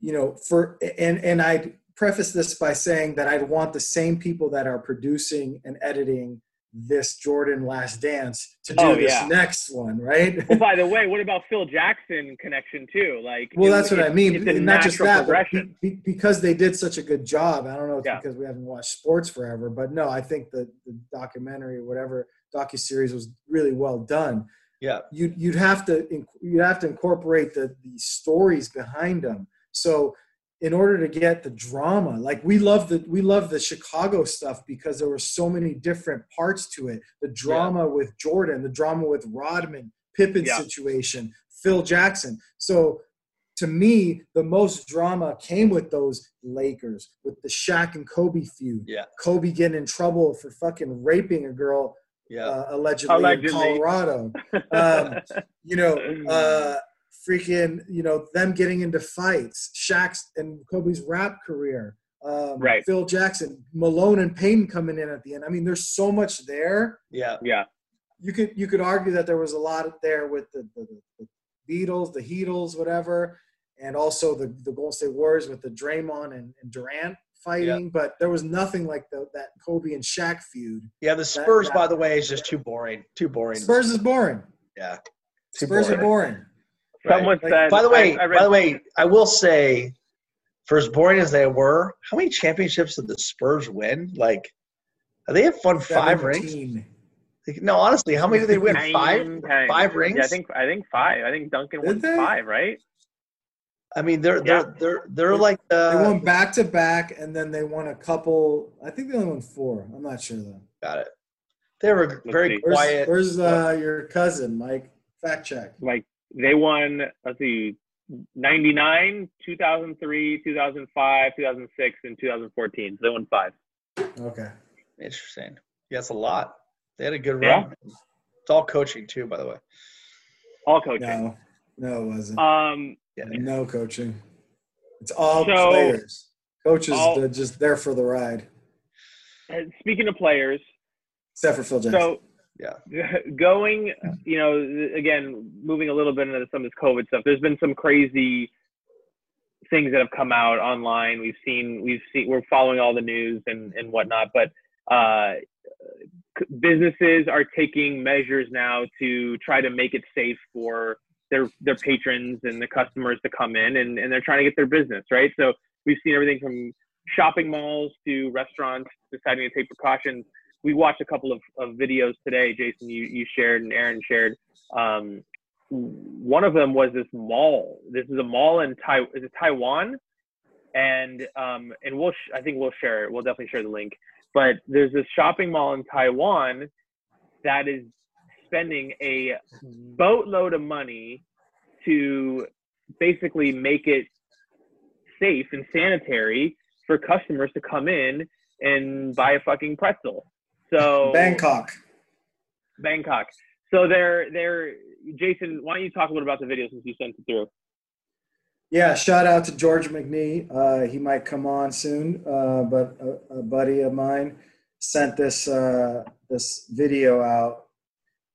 [SPEAKER 3] you know, for and and I'd preface this by saying that I'd want the same people that are producing and editing this Jordan Last Dance to do
[SPEAKER 2] Oh,
[SPEAKER 3] this
[SPEAKER 2] yeah.
[SPEAKER 3] next one, right?
[SPEAKER 2] well, by the way, what about Phil Jackson connection too? Like,
[SPEAKER 3] Well,
[SPEAKER 2] it-
[SPEAKER 3] that's what I
[SPEAKER 2] it-
[SPEAKER 3] mean.
[SPEAKER 2] It's a
[SPEAKER 3] And Not just
[SPEAKER 2] natural
[SPEAKER 3] that, but
[SPEAKER 2] progression.
[SPEAKER 3] be- be- because they did such a good job. I don't know. It's
[SPEAKER 2] Yeah.
[SPEAKER 3] because we haven't watched sports forever, but no, I think the, the documentary or whatever docu series was really well done.
[SPEAKER 1] Yeah.
[SPEAKER 3] You'd you'd have to inc- you'd have to incorporate the the stories behind them. So in order to get the drama like we love the we love the chicago stuff because there were so many different parts to it the drama yeah. with jordan the drama with rodman pippen yeah. situation phil jackson so to me, the most drama came with those Lakers, with the Shaq and Kobe feud.
[SPEAKER 1] Yeah.
[SPEAKER 3] Kobe getting in trouble for fucking raping a girl,
[SPEAKER 1] yeah.
[SPEAKER 3] uh, allegedly, allegedly, in Colorado. um, you know,
[SPEAKER 2] Hmm.
[SPEAKER 3] uh, freaking, you know, them getting into fights, Shaq's and Kobe's rap career, um,
[SPEAKER 2] right.
[SPEAKER 3] Phil Jackson, Malone and Payton coming in at the end. I mean, there's so much there.
[SPEAKER 1] Yeah.
[SPEAKER 2] Yeah.
[SPEAKER 3] You could you could argue that there was a lot there with the, the, the Beatles, the Heatles, whatever and also the, the Golden State Warriors with the Draymond and, and Durant fighting, yeah. but there was nothing like the, that Kobe and Shaq feud.
[SPEAKER 1] Yeah, the Spurs, that, that, by the way, is just too boring. Too boring.
[SPEAKER 3] Spurs is boring.
[SPEAKER 1] Yeah.
[SPEAKER 3] Spurs boring. are boring.
[SPEAKER 2] Right. Someone like, said.
[SPEAKER 1] By the way, I, I by the way, I will say, for as boring as they were, how many championships did the Spurs win? Like, they have won five rings? Like, no, honestly, how many did they win? Five,
[SPEAKER 2] times.
[SPEAKER 1] five rings.
[SPEAKER 2] Yeah, I think I think five. I think Duncan did won they? five, right?
[SPEAKER 1] I mean, they're they're yeah. they're they're like uh,
[SPEAKER 3] they won back to back, and then they won a couple. I think they only won four. I'm not sure though.
[SPEAKER 1] Got it. They were very
[SPEAKER 3] where's,
[SPEAKER 1] quiet.
[SPEAKER 3] Where's uh, your cousin, Mike? Fact check.
[SPEAKER 2] Like they won. Let's see, ninety nine, two thousand three, two thousand five, two thousand six, and two thousand fourteen. So they won five.
[SPEAKER 3] Okay.
[SPEAKER 1] Interesting. Yeah, it's a lot. They had a good run. Yeah. It's all coaching too, by the way.
[SPEAKER 2] All coaching.
[SPEAKER 3] No, no, it wasn't.
[SPEAKER 2] Um.
[SPEAKER 1] Uh, Yeah.
[SPEAKER 3] No coaching. It's all so, players. Coaches all, they're just there for the ride.
[SPEAKER 2] Speaking of players,
[SPEAKER 3] except for Phil Jackson.
[SPEAKER 2] So
[SPEAKER 1] yeah,
[SPEAKER 2] *laughs* going you know again moving a little bit into some of this COVID stuff. There's been some crazy things that have come out online. We've seen we've seen we're following all the news and and whatnot, but. Uh, businesses are taking measures now to try to make it safe for their their patrons and the customers to come in and, and they're trying to get their business right so we've seen everything from shopping malls to restaurants deciding to take precautions we watched a couple of, of videos today jason you, you shared and aaron shared um, one of them was this mall this is a mall in tai- is it taiwan and um, and we'll sh- i think we'll share it we'll definitely share the link but there's this shopping mall in taiwan that is spending a boatload of money to basically make it safe and sanitary for customers to come in and buy a fucking pretzel. So
[SPEAKER 3] Bangkok.
[SPEAKER 2] Bangkok. So they're they're Jason, why don't you talk a little about the video since you sent it through?
[SPEAKER 3] Yeah, shout out to George McNee. Uh, he might come on soon, uh, but a, a, buddy of mine sent this uh, this video out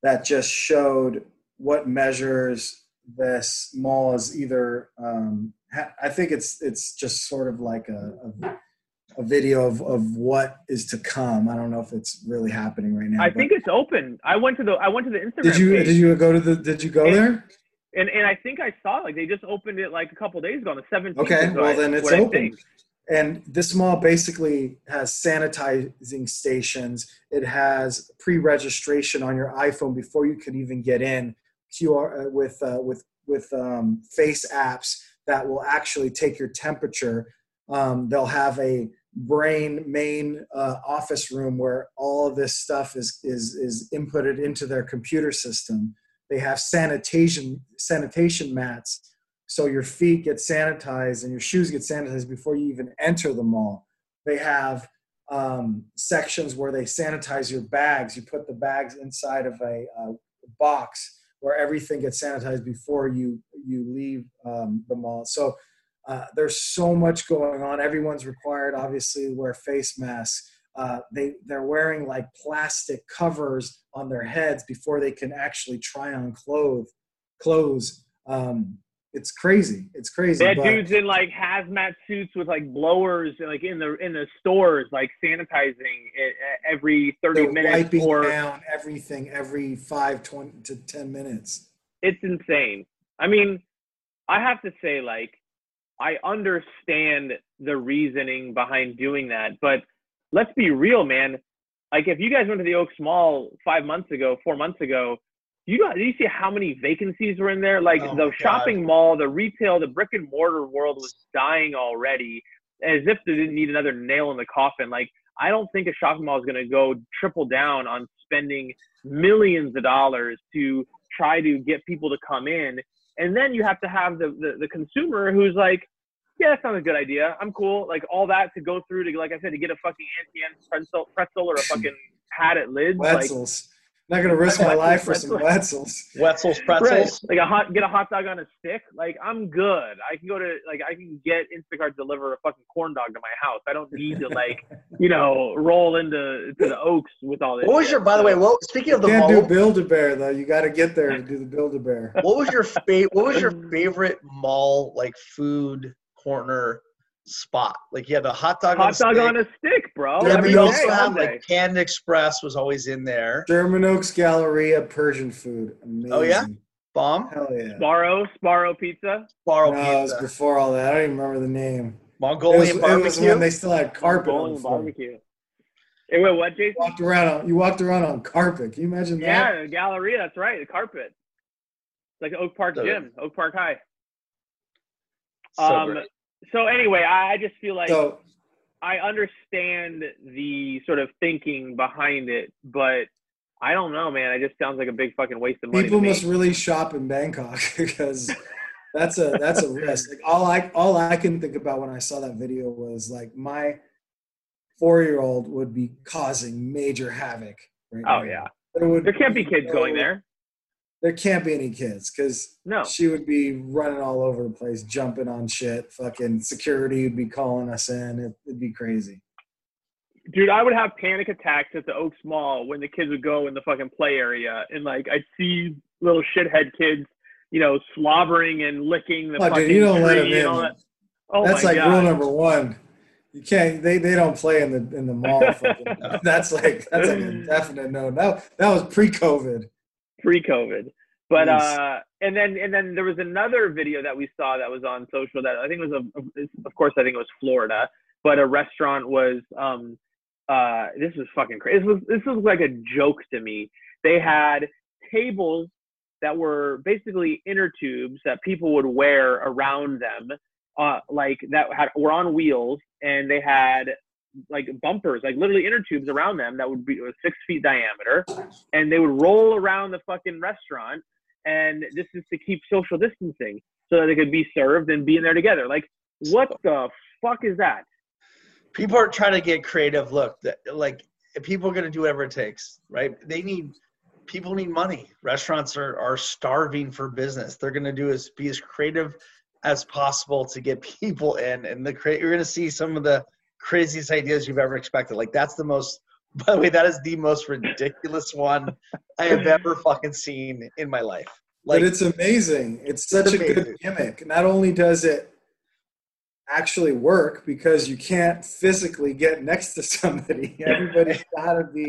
[SPEAKER 3] that just showed what measures this mall is either um, ha- i think it's it's just sort of like a, a, a, video of, of what is to come i don't know if it's really happening right now
[SPEAKER 2] i think it's open i went to the i went to the instagram
[SPEAKER 3] did you
[SPEAKER 2] page.
[SPEAKER 3] did you go to the did you go
[SPEAKER 2] and,
[SPEAKER 3] there
[SPEAKER 2] and and i think i saw like they just opened it like a couple days ago on the 17th
[SPEAKER 3] okay well I, then it's open and this mall basically has sanitizing stations it has pre-registration on your iphone before you can even get in qr uh, with uh, with with um, face apps that will actually take your temperature um, they'll have a brain main uh, office room where all of this stuff is is is inputted into their computer system they have sanitation sanitation mats so your feet get sanitized and your shoes get sanitized before you even enter the mall. They have um, sections where they sanitize your bags. You put the bags inside of a, uh, box where everything gets sanitized before you you leave um, the mall. So uh, there's so much going on. Everyone's required, obviously, to wear face masks. Uh, they they're wearing like plastic covers on their heads before they can actually try on clothes clothes. Um, it's crazy. It's crazy.
[SPEAKER 2] That dudes in like hazmat suits with like blowers, like in the in the stores, like sanitizing it every thirty minutes.
[SPEAKER 3] Wiping
[SPEAKER 2] or,
[SPEAKER 3] down everything every five, 20 to ten minutes.
[SPEAKER 2] It's insane. I mean, I have to say, like, I understand the reasoning behind doing that, but let's be real, man. Like, if you guys went to the Oaks Mall five months ago, four months ago, You don't. Did you see how many vacancies were in there? Like
[SPEAKER 1] Oh my
[SPEAKER 2] the
[SPEAKER 1] God.
[SPEAKER 2] shopping mall, the retail, the brick and mortar world was dying already, as if they didn't need another nail in the coffin. Like I don't think a shopping mall is going to go triple down on spending millions of dollars to try to get people to come in, and then you have to have the the, the consumer who's like. Yeah, that sounds a good idea. I'm cool. Like all that to go through to, like I said, to get a fucking Auntie Anne's pretzel, pretzel or
[SPEAKER 1] *laughs*
[SPEAKER 2] a fucking hat at lids. Like,
[SPEAKER 3] Wetzels. not gonna
[SPEAKER 2] *laughs*
[SPEAKER 3] risk my life for some Wetzels.
[SPEAKER 1] Wetzel's pretzels.
[SPEAKER 2] Like a hot, get a hot dog on a stick. Like I'm good. I can go to like I can get Instacart deliver a fucking corn dog to my house. I don't need
[SPEAKER 1] *laughs*
[SPEAKER 2] to like you know roll into to the Oaks with all this.
[SPEAKER 1] What was
[SPEAKER 2] shit.
[SPEAKER 1] your? By the
[SPEAKER 2] So,
[SPEAKER 1] way, what, speaking of the
[SPEAKER 3] Can't
[SPEAKER 1] mall,
[SPEAKER 3] do Build a Bear though. You got to get there to do the Build
[SPEAKER 2] *laughs*
[SPEAKER 3] a Bear.
[SPEAKER 1] what was your fa- What was
[SPEAKER 2] Um,
[SPEAKER 1] your favorite mall like food corner spot? Like you had a hot dog.
[SPEAKER 2] hot
[SPEAKER 1] on
[SPEAKER 2] dog
[SPEAKER 1] a
[SPEAKER 2] on a stick, bro.
[SPEAKER 1] Yeah, but
[SPEAKER 2] Every
[SPEAKER 1] you also
[SPEAKER 2] day,
[SPEAKER 1] had
[SPEAKER 2] all day.
[SPEAKER 1] like Canada Express was always in there.
[SPEAKER 3] German Oaks Galleria Persian food. Amazing.
[SPEAKER 1] Oh, yeah? Bomb,
[SPEAKER 3] Hell yeah.
[SPEAKER 2] Sparrow, Sparrow pizza.
[SPEAKER 1] Barrow
[SPEAKER 3] no, it was
[SPEAKER 1] Pizza,
[SPEAKER 3] before all that. I don't even remember the name. It was,
[SPEAKER 1] Mongolian
[SPEAKER 3] it was
[SPEAKER 1] barbecue.
[SPEAKER 3] when
[SPEAKER 2] Um,
[SPEAKER 3] they still had carpet. On
[SPEAKER 2] Bowling
[SPEAKER 3] the floor. You
[SPEAKER 2] barbecue. Hey, wait, what, Jason?
[SPEAKER 3] walked around on you walked around on carpet. Can you imagine that?
[SPEAKER 2] Yeah, the Galleria. That's right. The carpet. Like Oak Park
[SPEAKER 1] So-
[SPEAKER 2] Gym, Oak Park High.
[SPEAKER 1] So
[SPEAKER 2] um,
[SPEAKER 1] great.
[SPEAKER 2] So anyway, I, I just feel like
[SPEAKER 3] so
[SPEAKER 2] I understand the sort of thinking behind it, but I don't know, man. It just sounds like a big fucking waste of money.
[SPEAKER 3] people
[SPEAKER 2] to me.
[SPEAKER 3] must really shop in Bangkok *laughs* because that's a that's a risk. Like all I all I can think about when I saw that video was like my four year old would be causing major havoc. Right
[SPEAKER 2] Oh
[SPEAKER 3] now.
[SPEAKER 2] yeah,
[SPEAKER 3] there, would
[SPEAKER 2] there can't be kids
[SPEAKER 3] no-
[SPEAKER 2] going there. Oh.
[SPEAKER 3] There can't be any kids because
[SPEAKER 2] No,
[SPEAKER 3] she would be running all over the place, jumping on shit. Fucking security would be calling us in. It, it'd be crazy.
[SPEAKER 2] dude, I would have panic attacks at the Oaks Mall when the kids would go in the fucking play area, and like I'd see little shithead kids, you know, slobbering and licking the
[SPEAKER 3] Oh,
[SPEAKER 2] fucking
[SPEAKER 3] dude, you don't
[SPEAKER 2] tree
[SPEAKER 3] let 'em
[SPEAKER 2] and
[SPEAKER 3] in.
[SPEAKER 2] all that. Oh
[SPEAKER 3] That's
[SPEAKER 2] my
[SPEAKER 3] like
[SPEAKER 2] god,
[SPEAKER 3] rule number one. You can't. They, they don't play in the in the mall. fucking- that's like that's like a definite no. That that was pre-COVID.
[SPEAKER 2] pre-COVID. But
[SPEAKER 3] Nice.
[SPEAKER 2] uh, and then and then there was another video that we saw that was on social that I think was a, of course I think it was Florida, but a restaurant was um, uh, this was fucking crazy. This was this was like a joke to me. They had tables that were basically inner tubes that people would wear around them, uh, like that had were on wheels and they had like bumpers, like literally inner tubes around them that would be was six feet diameter, and they would roll around the fucking restaurant. And this is to keep social distancing so that they could be served and be in there together. Like, what the fuck is that?
[SPEAKER 1] people are trying to get creative. Look, that, like people are going to do whatever it takes, right? They need people need money. Restaurants are are starving for business. They're going to do is be as creative as possible to get *laughs* people in, and the cra- you're going to see some of the craziest ideas you've ever expected. Like that's the most. *laughs* By the way, that is the most ridiculous one I have ever fucking seen in my life. Like
[SPEAKER 3] but it's amazing. It's such a
[SPEAKER 1] amazing.
[SPEAKER 3] good gimmick. Not only does it actually work because you can't physically get next to *laughs* somebody. Everybody's got to be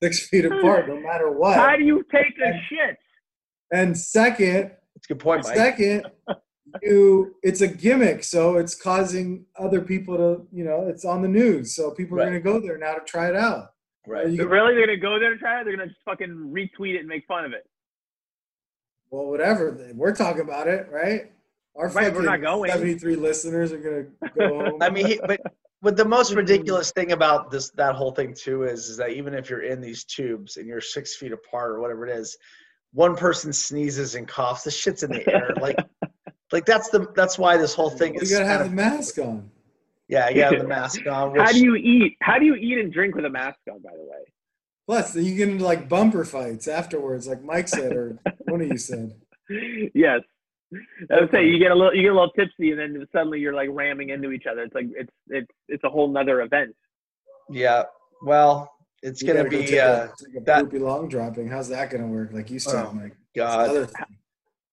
[SPEAKER 3] six feet apart, no matter
[SPEAKER 2] How
[SPEAKER 3] what.
[SPEAKER 2] do you take a shit?
[SPEAKER 3] And second,
[SPEAKER 1] it's a good point, Mike.
[SPEAKER 3] second, you it's a gimmick, so it's causing other people to you know it's on the news, so people are
[SPEAKER 1] Right.
[SPEAKER 3] going to go there now to try it out.
[SPEAKER 1] Right.
[SPEAKER 3] You-
[SPEAKER 2] Really? They're gonna go there and try it? They're gonna just fucking retweet it and make fun of it.
[SPEAKER 3] well, whatever. We're talking about it, right? Our
[SPEAKER 2] Right, we're not
[SPEAKER 3] fucking
[SPEAKER 2] going.
[SPEAKER 3] 73 listeners are going to go
[SPEAKER 1] *laughs*
[SPEAKER 3] home.
[SPEAKER 1] I mean, he, but but the most
[SPEAKER 2] Mhm.
[SPEAKER 1] ridiculous thing about this that whole thing too is is that even if you're in these tubes and you're six feet apart or whatever it is, one person sneezes and coughs, the shit's in the
[SPEAKER 2] *laughs*
[SPEAKER 1] air. Like, like that's the that's why this whole thing
[SPEAKER 3] you
[SPEAKER 1] is
[SPEAKER 3] got to have
[SPEAKER 1] kind
[SPEAKER 3] the
[SPEAKER 1] of
[SPEAKER 3] mask on.
[SPEAKER 1] yeah, you
[SPEAKER 3] *laughs*
[SPEAKER 1] gotta have the mask on. Which,
[SPEAKER 2] How do you eat? How do you eat and drink with a mask on? By the way,
[SPEAKER 3] Plus, then you get into like bumper fights afterwards, like Mike said or one of you said.
[SPEAKER 2] *laughs* yes. I would say you get a little, you get a little tipsy, and then suddenly you're like ramming into each other. It's like it's it's it's a whole nother event.
[SPEAKER 1] Yeah, well, *laughs* it's
[SPEAKER 3] You
[SPEAKER 1] gonna
[SPEAKER 3] gotta go
[SPEAKER 1] be
[SPEAKER 3] take
[SPEAKER 1] uh,
[SPEAKER 3] a, take a
[SPEAKER 1] that-
[SPEAKER 3] poopy long dropping. How's that gonna work? Like you said,
[SPEAKER 1] Oh,
[SPEAKER 3] Mike. *laughs*
[SPEAKER 1] God.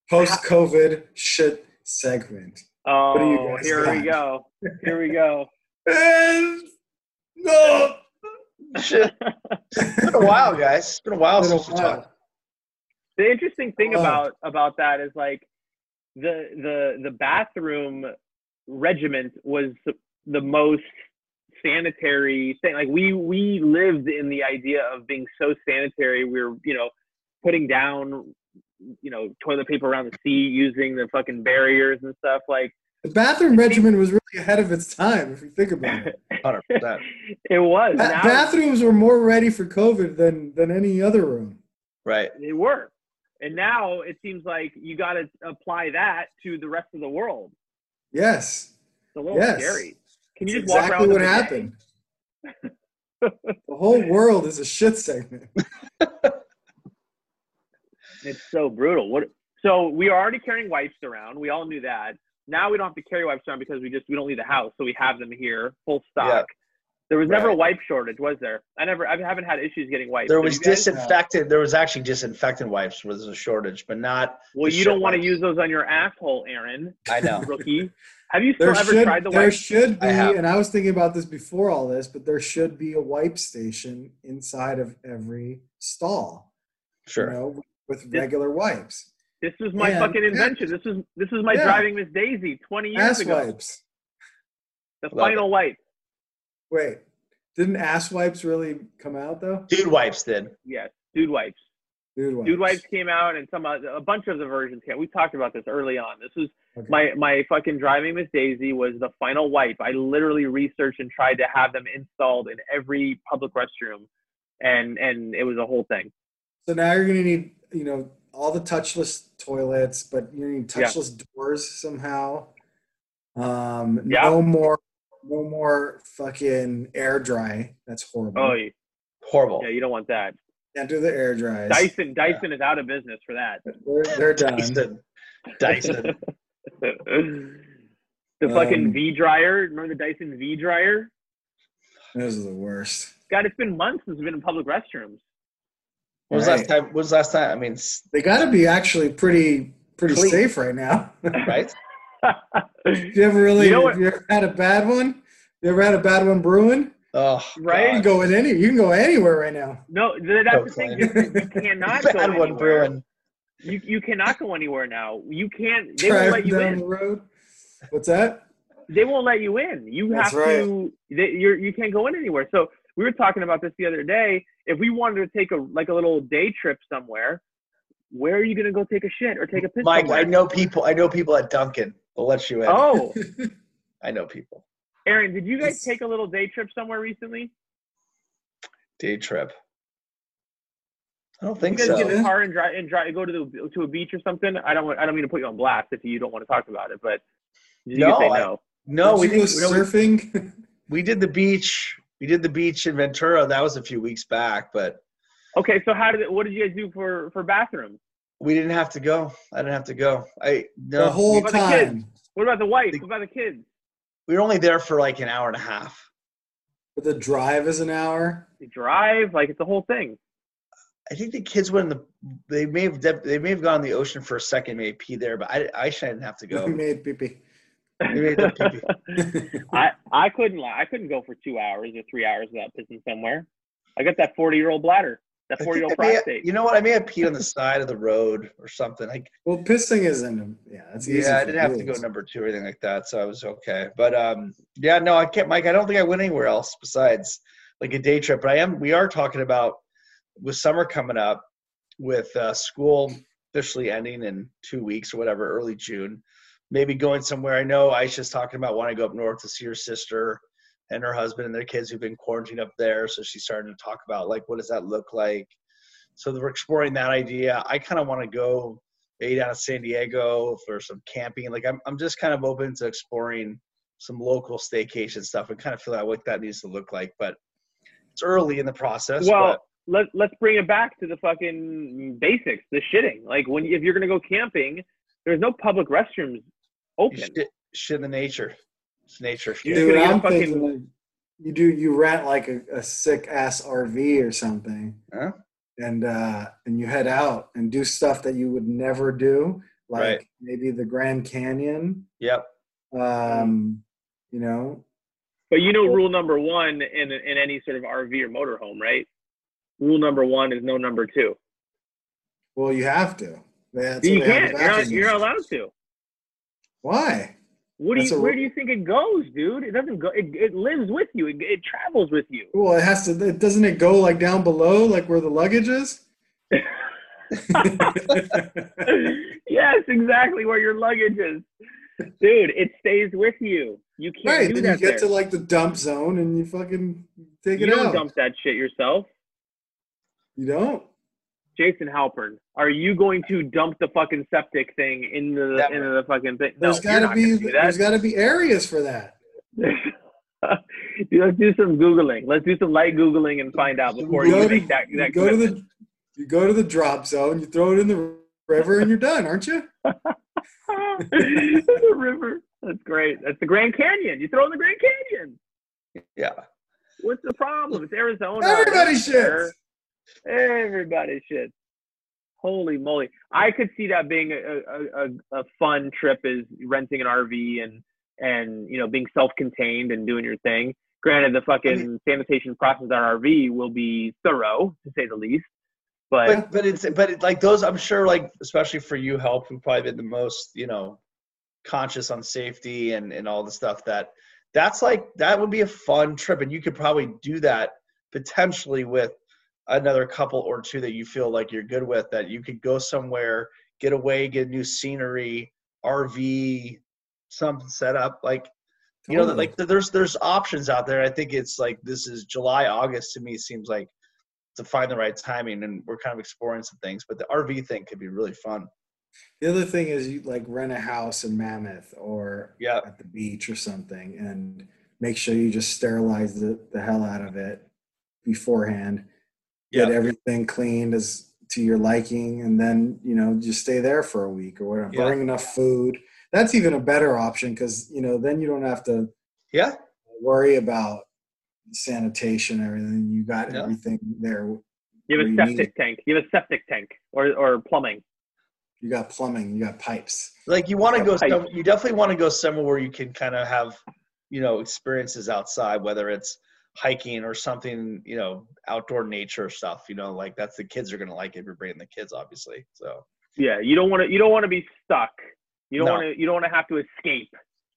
[SPEAKER 3] Post COVID shit segment. do you
[SPEAKER 2] Oh,
[SPEAKER 3] guys
[SPEAKER 2] here we
[SPEAKER 3] got?
[SPEAKER 2] go. Here we go.
[SPEAKER 3] And no.
[SPEAKER 1] Shit. It's been a while, guys. It's been a while
[SPEAKER 3] Little
[SPEAKER 1] since we talked.
[SPEAKER 2] the interesting thing
[SPEAKER 3] Wow.
[SPEAKER 2] about about that is like the the the bathroom regiment was the, the most sanitary thing like we we lived in the idea of being so sanitary we were you know putting down you know toilet paper around the sea using the fucking barriers and stuff like
[SPEAKER 3] The bathroom regimen was really ahead of its time, if you think about it.
[SPEAKER 1] hundred percent.
[SPEAKER 3] *laughs*
[SPEAKER 2] it was
[SPEAKER 3] Ba-
[SPEAKER 2] *laughs* now
[SPEAKER 3] bathrooms were more ready for COVID than than any other room.
[SPEAKER 1] Right.
[SPEAKER 2] they were and now it seems like you got to apply that to the rest of the world
[SPEAKER 3] Yes,
[SPEAKER 2] it's a little
[SPEAKER 3] Yes.
[SPEAKER 2] scary can
[SPEAKER 3] It's
[SPEAKER 2] you just walk
[SPEAKER 3] exactly
[SPEAKER 2] around
[SPEAKER 3] what
[SPEAKER 2] with a bidet?
[SPEAKER 3] happened. the whole world is a shit
[SPEAKER 2] *laughs*
[SPEAKER 3] segment.
[SPEAKER 2] It's so brutal. What? So we are already carrying wipes around. We all knew that. Now we don't have to carry wipes around because we just we don't leave the house, so we have them here, full stock.
[SPEAKER 1] Yeah.
[SPEAKER 2] There was never a
[SPEAKER 1] Right.
[SPEAKER 2] wipe shortage, was there? I never, I haven't had issues getting wipes.
[SPEAKER 1] There
[SPEAKER 2] Have
[SPEAKER 1] was
[SPEAKER 2] you guys? uh,
[SPEAKER 1] disinfectant. There was actually disinfectant wipes. Was a shortage, but not.
[SPEAKER 2] Well,
[SPEAKER 1] the
[SPEAKER 2] you don't
[SPEAKER 1] shit
[SPEAKER 2] want to
[SPEAKER 1] wipes.
[SPEAKER 2] use those on your asshole, Aaron,
[SPEAKER 1] I know.
[SPEAKER 2] *laughs* rookie. have you still
[SPEAKER 3] There
[SPEAKER 2] ever
[SPEAKER 3] should
[SPEAKER 2] tried the
[SPEAKER 3] there
[SPEAKER 2] wipes?
[SPEAKER 3] should be,
[SPEAKER 1] I have.
[SPEAKER 3] and I was thinking about this before all this, but there should be a wipe station inside of every stall.
[SPEAKER 1] Sure.
[SPEAKER 3] You know, with regular wipes,
[SPEAKER 2] This was my
[SPEAKER 3] Yeah.
[SPEAKER 2] fucking invention. This is this is my
[SPEAKER 3] Yeah.
[SPEAKER 2] driving Miss Daisy 20 years
[SPEAKER 3] ass
[SPEAKER 2] ago.
[SPEAKER 3] wipes.
[SPEAKER 2] The
[SPEAKER 1] Love
[SPEAKER 2] final wipe.
[SPEAKER 3] Wait, didn't ass wipes really come out though?
[SPEAKER 1] Dude wipes did.
[SPEAKER 2] Yes, dude wipes.
[SPEAKER 3] Dude wipes.
[SPEAKER 2] Dude wipes came out, and some oth- a bunch of the versions came. We talked about this early on. This was
[SPEAKER 3] Okay.
[SPEAKER 2] my my fucking driving Miss Daisy was the final wipe. I literally researched and tried to have them installed in every public restroom, and and it was a whole thing.
[SPEAKER 3] So now you're gonna need, you know, all the touchless toilets, but you need
[SPEAKER 2] Yeah.
[SPEAKER 3] touchless doors somehow. Um,
[SPEAKER 2] Yeah.
[SPEAKER 3] no more, no more fucking air dry. That's horrible.
[SPEAKER 2] Oh
[SPEAKER 1] Mm-hmm. Horrible.
[SPEAKER 2] yeah, you don't want that.
[SPEAKER 3] Can't do the air dries.
[SPEAKER 2] Dyson Dyson is out of business for that.
[SPEAKER 3] They're, they're
[SPEAKER 2] *laughs*
[SPEAKER 3] done.
[SPEAKER 1] Dyson. Dyson.
[SPEAKER 2] the fucking
[SPEAKER 3] Um,
[SPEAKER 2] V dryer. Remember the Dyson V dryer?
[SPEAKER 3] Those are the worst.
[SPEAKER 2] God, it's been months since we've been in public restrooms. *laughs*
[SPEAKER 1] When was
[SPEAKER 3] Right.
[SPEAKER 1] last time? When was last time? I mean, s-
[SPEAKER 3] They got to be actually pretty, pretty
[SPEAKER 1] Clean.
[SPEAKER 3] safe right now. *laughs*
[SPEAKER 1] right?
[SPEAKER 3] If you ever really,
[SPEAKER 2] You know
[SPEAKER 3] if
[SPEAKER 2] what-
[SPEAKER 3] you ever had a bad one? You ever had a bad one brewing?
[SPEAKER 1] Oh,
[SPEAKER 2] Right?
[SPEAKER 3] You can
[SPEAKER 1] God.
[SPEAKER 3] go in any. You can go anywhere right now.
[SPEAKER 2] no, th- that's
[SPEAKER 1] So
[SPEAKER 2] the thing.
[SPEAKER 1] funny.
[SPEAKER 2] You, you cannot go
[SPEAKER 1] *laughs* Bad one
[SPEAKER 2] anywhere.
[SPEAKER 1] brewing.
[SPEAKER 2] You you cannot go anywhere now. You can't. They won't let
[SPEAKER 3] Driving
[SPEAKER 2] you
[SPEAKER 3] down
[SPEAKER 2] in.
[SPEAKER 3] the road. What's that?
[SPEAKER 2] they won't let you in. You
[SPEAKER 3] That's
[SPEAKER 2] have to. They, you're you can't go in anywhere. So we were talking about this the other day. If we wanted to take a like a little day trip somewhere, where are you gonna go take a shit or take a piss?
[SPEAKER 1] Mike,
[SPEAKER 2] somewhere?
[SPEAKER 1] I know people. I know people at Duncan. They'll let you in.
[SPEAKER 2] Oh,
[SPEAKER 1] I know people.
[SPEAKER 2] Aaron, did you guys
[SPEAKER 3] It's-
[SPEAKER 2] take a little day trip somewhere recently?
[SPEAKER 1] Day trip. I don't
[SPEAKER 2] You
[SPEAKER 1] think
[SPEAKER 2] guys
[SPEAKER 1] so.
[SPEAKER 2] get in the car and drive and drive go to the to a beach or something. I don't want, I don't mean to put you on blast if you don't want to talk about it, but you
[SPEAKER 1] No,
[SPEAKER 2] can say
[SPEAKER 1] I-
[SPEAKER 2] no.
[SPEAKER 1] No,
[SPEAKER 3] Did
[SPEAKER 1] we
[SPEAKER 3] you go
[SPEAKER 1] didn't. no, we-
[SPEAKER 3] surfing.
[SPEAKER 1] we did the beach. We did the beach in Ventura. That was a few weeks back, but
[SPEAKER 2] Okay, so how did it, what did you guys do for for bathrooms?
[SPEAKER 1] we didn't have to go. I didn't have to go. I no.
[SPEAKER 3] the whole
[SPEAKER 2] What about the
[SPEAKER 3] time.
[SPEAKER 2] What about the wife?
[SPEAKER 1] The-
[SPEAKER 2] What about the kids?
[SPEAKER 1] we were only there for like an hour and a half.
[SPEAKER 3] But the drive is an hour.
[SPEAKER 2] You drive like it's a whole thing. *laughs*
[SPEAKER 1] I think the kids went in the. They may have dep- they may have gone in the ocean for a second, maybe pee there, but I I shouldn't have
[SPEAKER 3] *laughs*
[SPEAKER 1] to go.
[SPEAKER 3] Made pee-pee.
[SPEAKER 1] They made the pee-pee.
[SPEAKER 2] I I couldn't lie. I couldn't go for two hours or three hours without pissing somewhere. I got that forty year old bladder, that
[SPEAKER 1] I
[SPEAKER 2] forty year
[SPEAKER 1] think
[SPEAKER 2] old
[SPEAKER 1] I may have-
[SPEAKER 2] prostate.
[SPEAKER 1] you know what? I may have peed on the side of the road or something. Like
[SPEAKER 3] well, pissing isn't. Yeah, that's easy.
[SPEAKER 1] yeah, I
[SPEAKER 3] for
[SPEAKER 1] didn't have to go
[SPEAKER 3] dudes.
[SPEAKER 1] number two or anything like that, so I was okay. But um, yeah, no, I can't, Mike. I don't think I went anywhere else besides like a day trip. But I am. We are talking about with summer coming up, with uh, school officially ending in two weeks or whatever, early June. Maybe going somewhere. I know Aisha's talking about wanting to go up north to see her sister and her husband and their kids who've been quarantined up there. So she's starting to talk about like what does that look like. So we're exploring that idea. I kind of want to go maybe down in San Diego for some camping. Like I'm, I'm just kind of open to exploring some local staycation stuff and kind of feel out what that needs to look like. But it's early in the process.
[SPEAKER 2] Well, let let's bring it back to the fucking basics, the shitting. Like when if you're gonna go camping, there's no public restrooms
[SPEAKER 1] but
[SPEAKER 2] open.
[SPEAKER 1] you shit, shit in the nature. It's nature. shit.
[SPEAKER 2] You're
[SPEAKER 3] Dude,
[SPEAKER 2] gonna get a
[SPEAKER 3] I'm
[SPEAKER 2] fucking-
[SPEAKER 3] thinking like, you do. You rent like a, a sick ass RV or something,
[SPEAKER 1] Huh?
[SPEAKER 3] and uh, and you head out and do stuff that you would never do, like
[SPEAKER 1] Right.
[SPEAKER 3] maybe the Grand Canyon.
[SPEAKER 1] Yep.
[SPEAKER 3] Um, you know,
[SPEAKER 2] But you know rule number one in in any sort of RV or motorhome, right? Rule number one is no number two.
[SPEAKER 3] well, you have to. That's
[SPEAKER 2] you
[SPEAKER 3] what they have
[SPEAKER 2] can't.
[SPEAKER 3] the
[SPEAKER 2] You're not,
[SPEAKER 3] bathrooms.
[SPEAKER 2] you're not allowed to.
[SPEAKER 3] Why?
[SPEAKER 2] What do
[SPEAKER 3] That's
[SPEAKER 2] you?
[SPEAKER 3] a
[SPEAKER 2] Where
[SPEAKER 3] rule.
[SPEAKER 2] do you think it goes, dude? It doesn't go. It, it lives with you. It, it travels
[SPEAKER 3] *laughs*
[SPEAKER 2] with you. *laughs*
[SPEAKER 3] *laughs* Well, it has to. It, doesn't it go like down below, like where the luggage is?
[SPEAKER 2] yes, exactly where your luggage is. Dude, it stays with you. You can't do
[SPEAKER 3] right. Then you
[SPEAKER 2] that
[SPEAKER 3] get
[SPEAKER 2] there.
[SPEAKER 3] to like the dump zone and you fucking take
[SPEAKER 2] you
[SPEAKER 3] it
[SPEAKER 2] don't
[SPEAKER 3] out.
[SPEAKER 2] dump that shit yourself.
[SPEAKER 3] You don't.
[SPEAKER 2] Jason Halpern, are you going to dump the fucking septic thing into the
[SPEAKER 1] Never.
[SPEAKER 2] into the fucking thing?
[SPEAKER 3] There's
[SPEAKER 2] no, you're
[SPEAKER 3] gotta
[SPEAKER 2] not
[SPEAKER 3] be
[SPEAKER 2] gonna do that.
[SPEAKER 3] there's gotta be areas for that.
[SPEAKER 2] *laughs* Dude, let's do some googling. Let's do some light googling and find out
[SPEAKER 3] You
[SPEAKER 2] before
[SPEAKER 3] go
[SPEAKER 2] you
[SPEAKER 3] to-
[SPEAKER 2] make that
[SPEAKER 3] you
[SPEAKER 2] that
[SPEAKER 3] go to
[SPEAKER 2] commitment.
[SPEAKER 3] the you go to the drop zone, you throw it in the river and you're done, aren't you?
[SPEAKER 2] *laughs* the river. That's great. That's the Grand Canyon. You throw in the Grand Canyon.
[SPEAKER 1] Yeah.
[SPEAKER 2] What's the problem? It's Arizona.
[SPEAKER 3] Everybody
[SPEAKER 2] It's there.
[SPEAKER 3] shits.
[SPEAKER 2] Everybody shit. Holy moly! I could see that being a, a, a, a fun trip is renting an RV and and you know being self-contained and doing your thing. Granted, the fucking sanitation process on RV will be thorough to say the least, but,
[SPEAKER 1] But but it's but it, like those I'm sure like especially for you help who probably been the most you know conscious on safety and and all the stuff that that's like that would be a fun trip and you could probably do that potentially with another couple or two that you feel like you're good with that you could go somewhere get away get new scenery RV something set up like you know that
[SPEAKER 2] Oh.
[SPEAKER 3] Totally.
[SPEAKER 1] like th- there's there's options out there i think it's like this is july august to me seems like to find the right timing and we're kind of exploring some things but the rv thing could be really fun
[SPEAKER 3] The other thing is you like rent a house in Mammoth or
[SPEAKER 1] yeah
[SPEAKER 3] at the beach or something and make sure you just sterilize the, the hell out of it beforehand. Get
[SPEAKER 1] Yeah.
[SPEAKER 3] everything cleaned as to your liking and then, you know, just stay there for a week or whatever.
[SPEAKER 1] Yeah.
[SPEAKER 3] Bring enough food. That's even a better option because, you know, then you don't have to
[SPEAKER 1] yeah
[SPEAKER 3] worry about sanitation and everything. You got
[SPEAKER 1] Yeah.
[SPEAKER 3] everything there.
[SPEAKER 2] you have a
[SPEAKER 3] we
[SPEAKER 2] septic
[SPEAKER 3] need-
[SPEAKER 2] tank. You have a septic tank or or plumbing.
[SPEAKER 3] You got plumbing, you got pipes.
[SPEAKER 1] like you want to go
[SPEAKER 2] Right.
[SPEAKER 1] some, you definitely want to go somewhere where you can kind of have you know experiences outside whether it's hiking or something you know outdoor nature stuff you know like that's the kids are going to like it if you're bringing the kids obviously so
[SPEAKER 2] Yeah, you don't want to. You don't want to be stuck. You don't
[SPEAKER 1] No.
[SPEAKER 2] want to. You don't want to have to escape.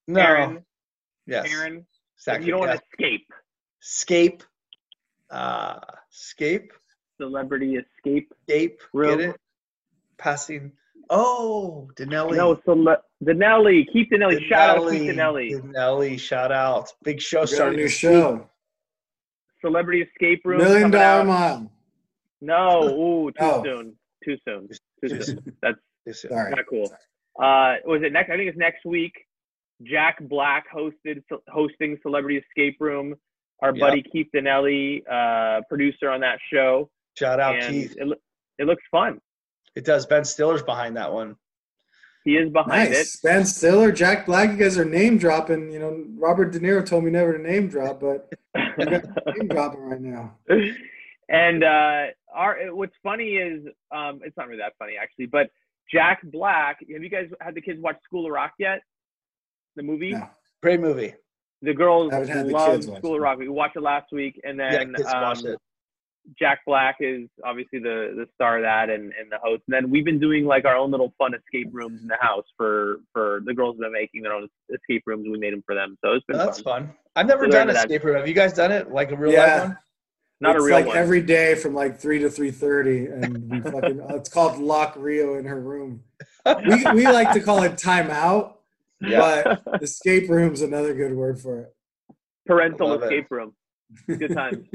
[SPEAKER 1] no
[SPEAKER 2] Aaron,
[SPEAKER 1] yes
[SPEAKER 2] Aaron,
[SPEAKER 1] exactly
[SPEAKER 2] you don't
[SPEAKER 1] yeah.
[SPEAKER 2] want to escape.
[SPEAKER 1] scape uh scape
[SPEAKER 2] Celebrity escape.
[SPEAKER 1] Gape,
[SPEAKER 2] Real-
[SPEAKER 1] get it? Passing. Oh, Denelli.
[SPEAKER 2] No, cele- Denelli. Keep Denelli. Shout out Keith Denelli.
[SPEAKER 1] Denelli, shout out. Big show
[SPEAKER 3] You got a
[SPEAKER 1] starting.
[SPEAKER 3] new
[SPEAKER 1] this week.
[SPEAKER 3] show.
[SPEAKER 2] Celebrity escape room.
[SPEAKER 3] Million
[SPEAKER 2] coming
[SPEAKER 3] dollar
[SPEAKER 2] out.
[SPEAKER 3] mile.
[SPEAKER 2] No, ooh, too
[SPEAKER 1] Oh.
[SPEAKER 3] No.
[SPEAKER 2] soon. Too soon. Too
[SPEAKER 1] Too
[SPEAKER 2] soon. That's
[SPEAKER 1] This is-
[SPEAKER 3] Sorry.
[SPEAKER 2] not cool. Uh, was it next? I think it's next week. Jack Black hosted hosting Celebrity Escape Room. Our
[SPEAKER 1] Yeah.
[SPEAKER 2] buddy Keith Denelli, uh, producer on that show,
[SPEAKER 1] Shout out
[SPEAKER 2] and
[SPEAKER 1] Keith.
[SPEAKER 2] it, loo- it looks fun.
[SPEAKER 1] It does. Ben Stiller's behind that one.
[SPEAKER 2] He is behind
[SPEAKER 3] Nice. Ben Stiller, Jack Black, you guys are name dropping. You know, Robert De Niro told me never to name drop, but
[SPEAKER 2] it.
[SPEAKER 3] I'm name dropping right now.
[SPEAKER 2] and uh, our what's funny is um, it's not really that funny actually, but Jack Black. Have you guys had the kids watch School of Rock yet? The movie.
[SPEAKER 3] No.
[SPEAKER 1] Great movie.
[SPEAKER 2] The girls
[SPEAKER 3] I haven't had the
[SPEAKER 2] love
[SPEAKER 3] kids watch
[SPEAKER 2] School
[SPEAKER 3] it.
[SPEAKER 2] of Rock. We watched it last week, and
[SPEAKER 1] Yeah,
[SPEAKER 2] then
[SPEAKER 1] kids watch
[SPEAKER 2] um,
[SPEAKER 1] it.
[SPEAKER 2] Jack Black is obviously the the star of that and, and the host. And then we've been doing like our own little fun escape rooms in the house for for the girls that are making their own escape rooms. We made them for them, so it's been
[SPEAKER 1] That's
[SPEAKER 2] fun.
[SPEAKER 1] fun. I've never
[SPEAKER 2] We'll
[SPEAKER 1] done
[SPEAKER 2] learn that.
[SPEAKER 1] escape room. Have you guys done it? Like a real
[SPEAKER 3] Yeah.
[SPEAKER 1] life one?
[SPEAKER 2] *laughs* Not
[SPEAKER 3] it's
[SPEAKER 2] a real
[SPEAKER 3] like
[SPEAKER 2] one.
[SPEAKER 3] every day from like three to three thirty,
[SPEAKER 2] *laughs*
[SPEAKER 3] and we fucking, uh, it's called Lock Rio in her room. We we like to call it timeout, but escape room's another good word for it.
[SPEAKER 2] Parental
[SPEAKER 1] Love it.
[SPEAKER 2] escape room. Good time.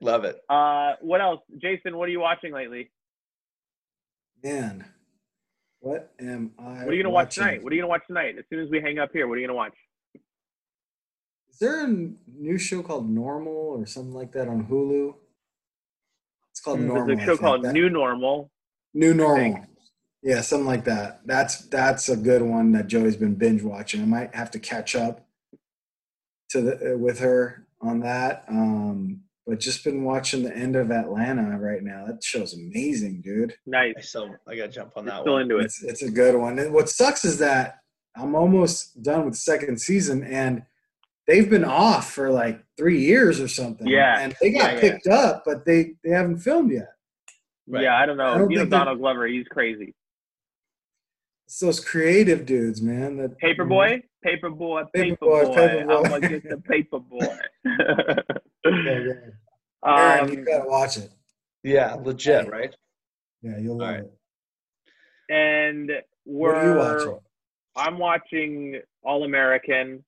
[SPEAKER 1] Love it.
[SPEAKER 2] Uh, what else, Jason? What are you watching lately?
[SPEAKER 3] Man, what am I?
[SPEAKER 2] What are you gonna watch
[SPEAKER 3] watching?
[SPEAKER 2] tonight? What are you gonna watch tonight? As soon as we hang up here, what are you gonna watch?
[SPEAKER 3] Is there a new show called Normal or something like that on Hulu? It's called
[SPEAKER 1] Hmm, there's
[SPEAKER 3] Normal.
[SPEAKER 2] Mm, There's a
[SPEAKER 3] I
[SPEAKER 2] show
[SPEAKER 3] think.
[SPEAKER 2] called
[SPEAKER 3] That-
[SPEAKER 2] New Normal.
[SPEAKER 3] New
[SPEAKER 2] think.
[SPEAKER 3] normal. Yeah, something like that. That's that's a good one that Joey's been binge watching. I might have to catch up to the uh, with her on that. Um, but just been watching the end of Atlanta right now. That show's amazing, dude.
[SPEAKER 2] Nice.
[SPEAKER 1] I still, I got to jump on
[SPEAKER 2] You're
[SPEAKER 1] that
[SPEAKER 2] still
[SPEAKER 1] one.
[SPEAKER 2] into it.
[SPEAKER 3] It's it's a good one. And what sucks is that I'm almost done with the second season and they've been off for like three years or something.
[SPEAKER 2] Yeah.
[SPEAKER 3] And they
[SPEAKER 1] Yeah,
[SPEAKER 3] got
[SPEAKER 1] yeah.
[SPEAKER 3] picked up, but they, they haven't filmed yet.
[SPEAKER 1] Right.
[SPEAKER 2] Yeah, I don't know.
[SPEAKER 3] I don't
[SPEAKER 2] you know
[SPEAKER 3] think that-
[SPEAKER 2] Donald Glover, he's crazy.
[SPEAKER 3] It's those creative dudes, man. That
[SPEAKER 2] Paperboy, paperboy,
[SPEAKER 3] Paperboy,
[SPEAKER 2] paperboy.
[SPEAKER 3] Paperboy.
[SPEAKER 2] I'm gonna get
[SPEAKER 3] *laughs*
[SPEAKER 2] the paperboy.
[SPEAKER 3] Yeah, yeah. Aaron,
[SPEAKER 2] *laughs*
[SPEAKER 3] you
[SPEAKER 2] um,
[SPEAKER 3] gotta watch it.
[SPEAKER 1] Yeah, legit, right?
[SPEAKER 3] Yeah, you'll love
[SPEAKER 1] All right.
[SPEAKER 3] it.
[SPEAKER 2] and
[SPEAKER 3] What are you
[SPEAKER 2] we're
[SPEAKER 3] watching?
[SPEAKER 2] I'm watching All American.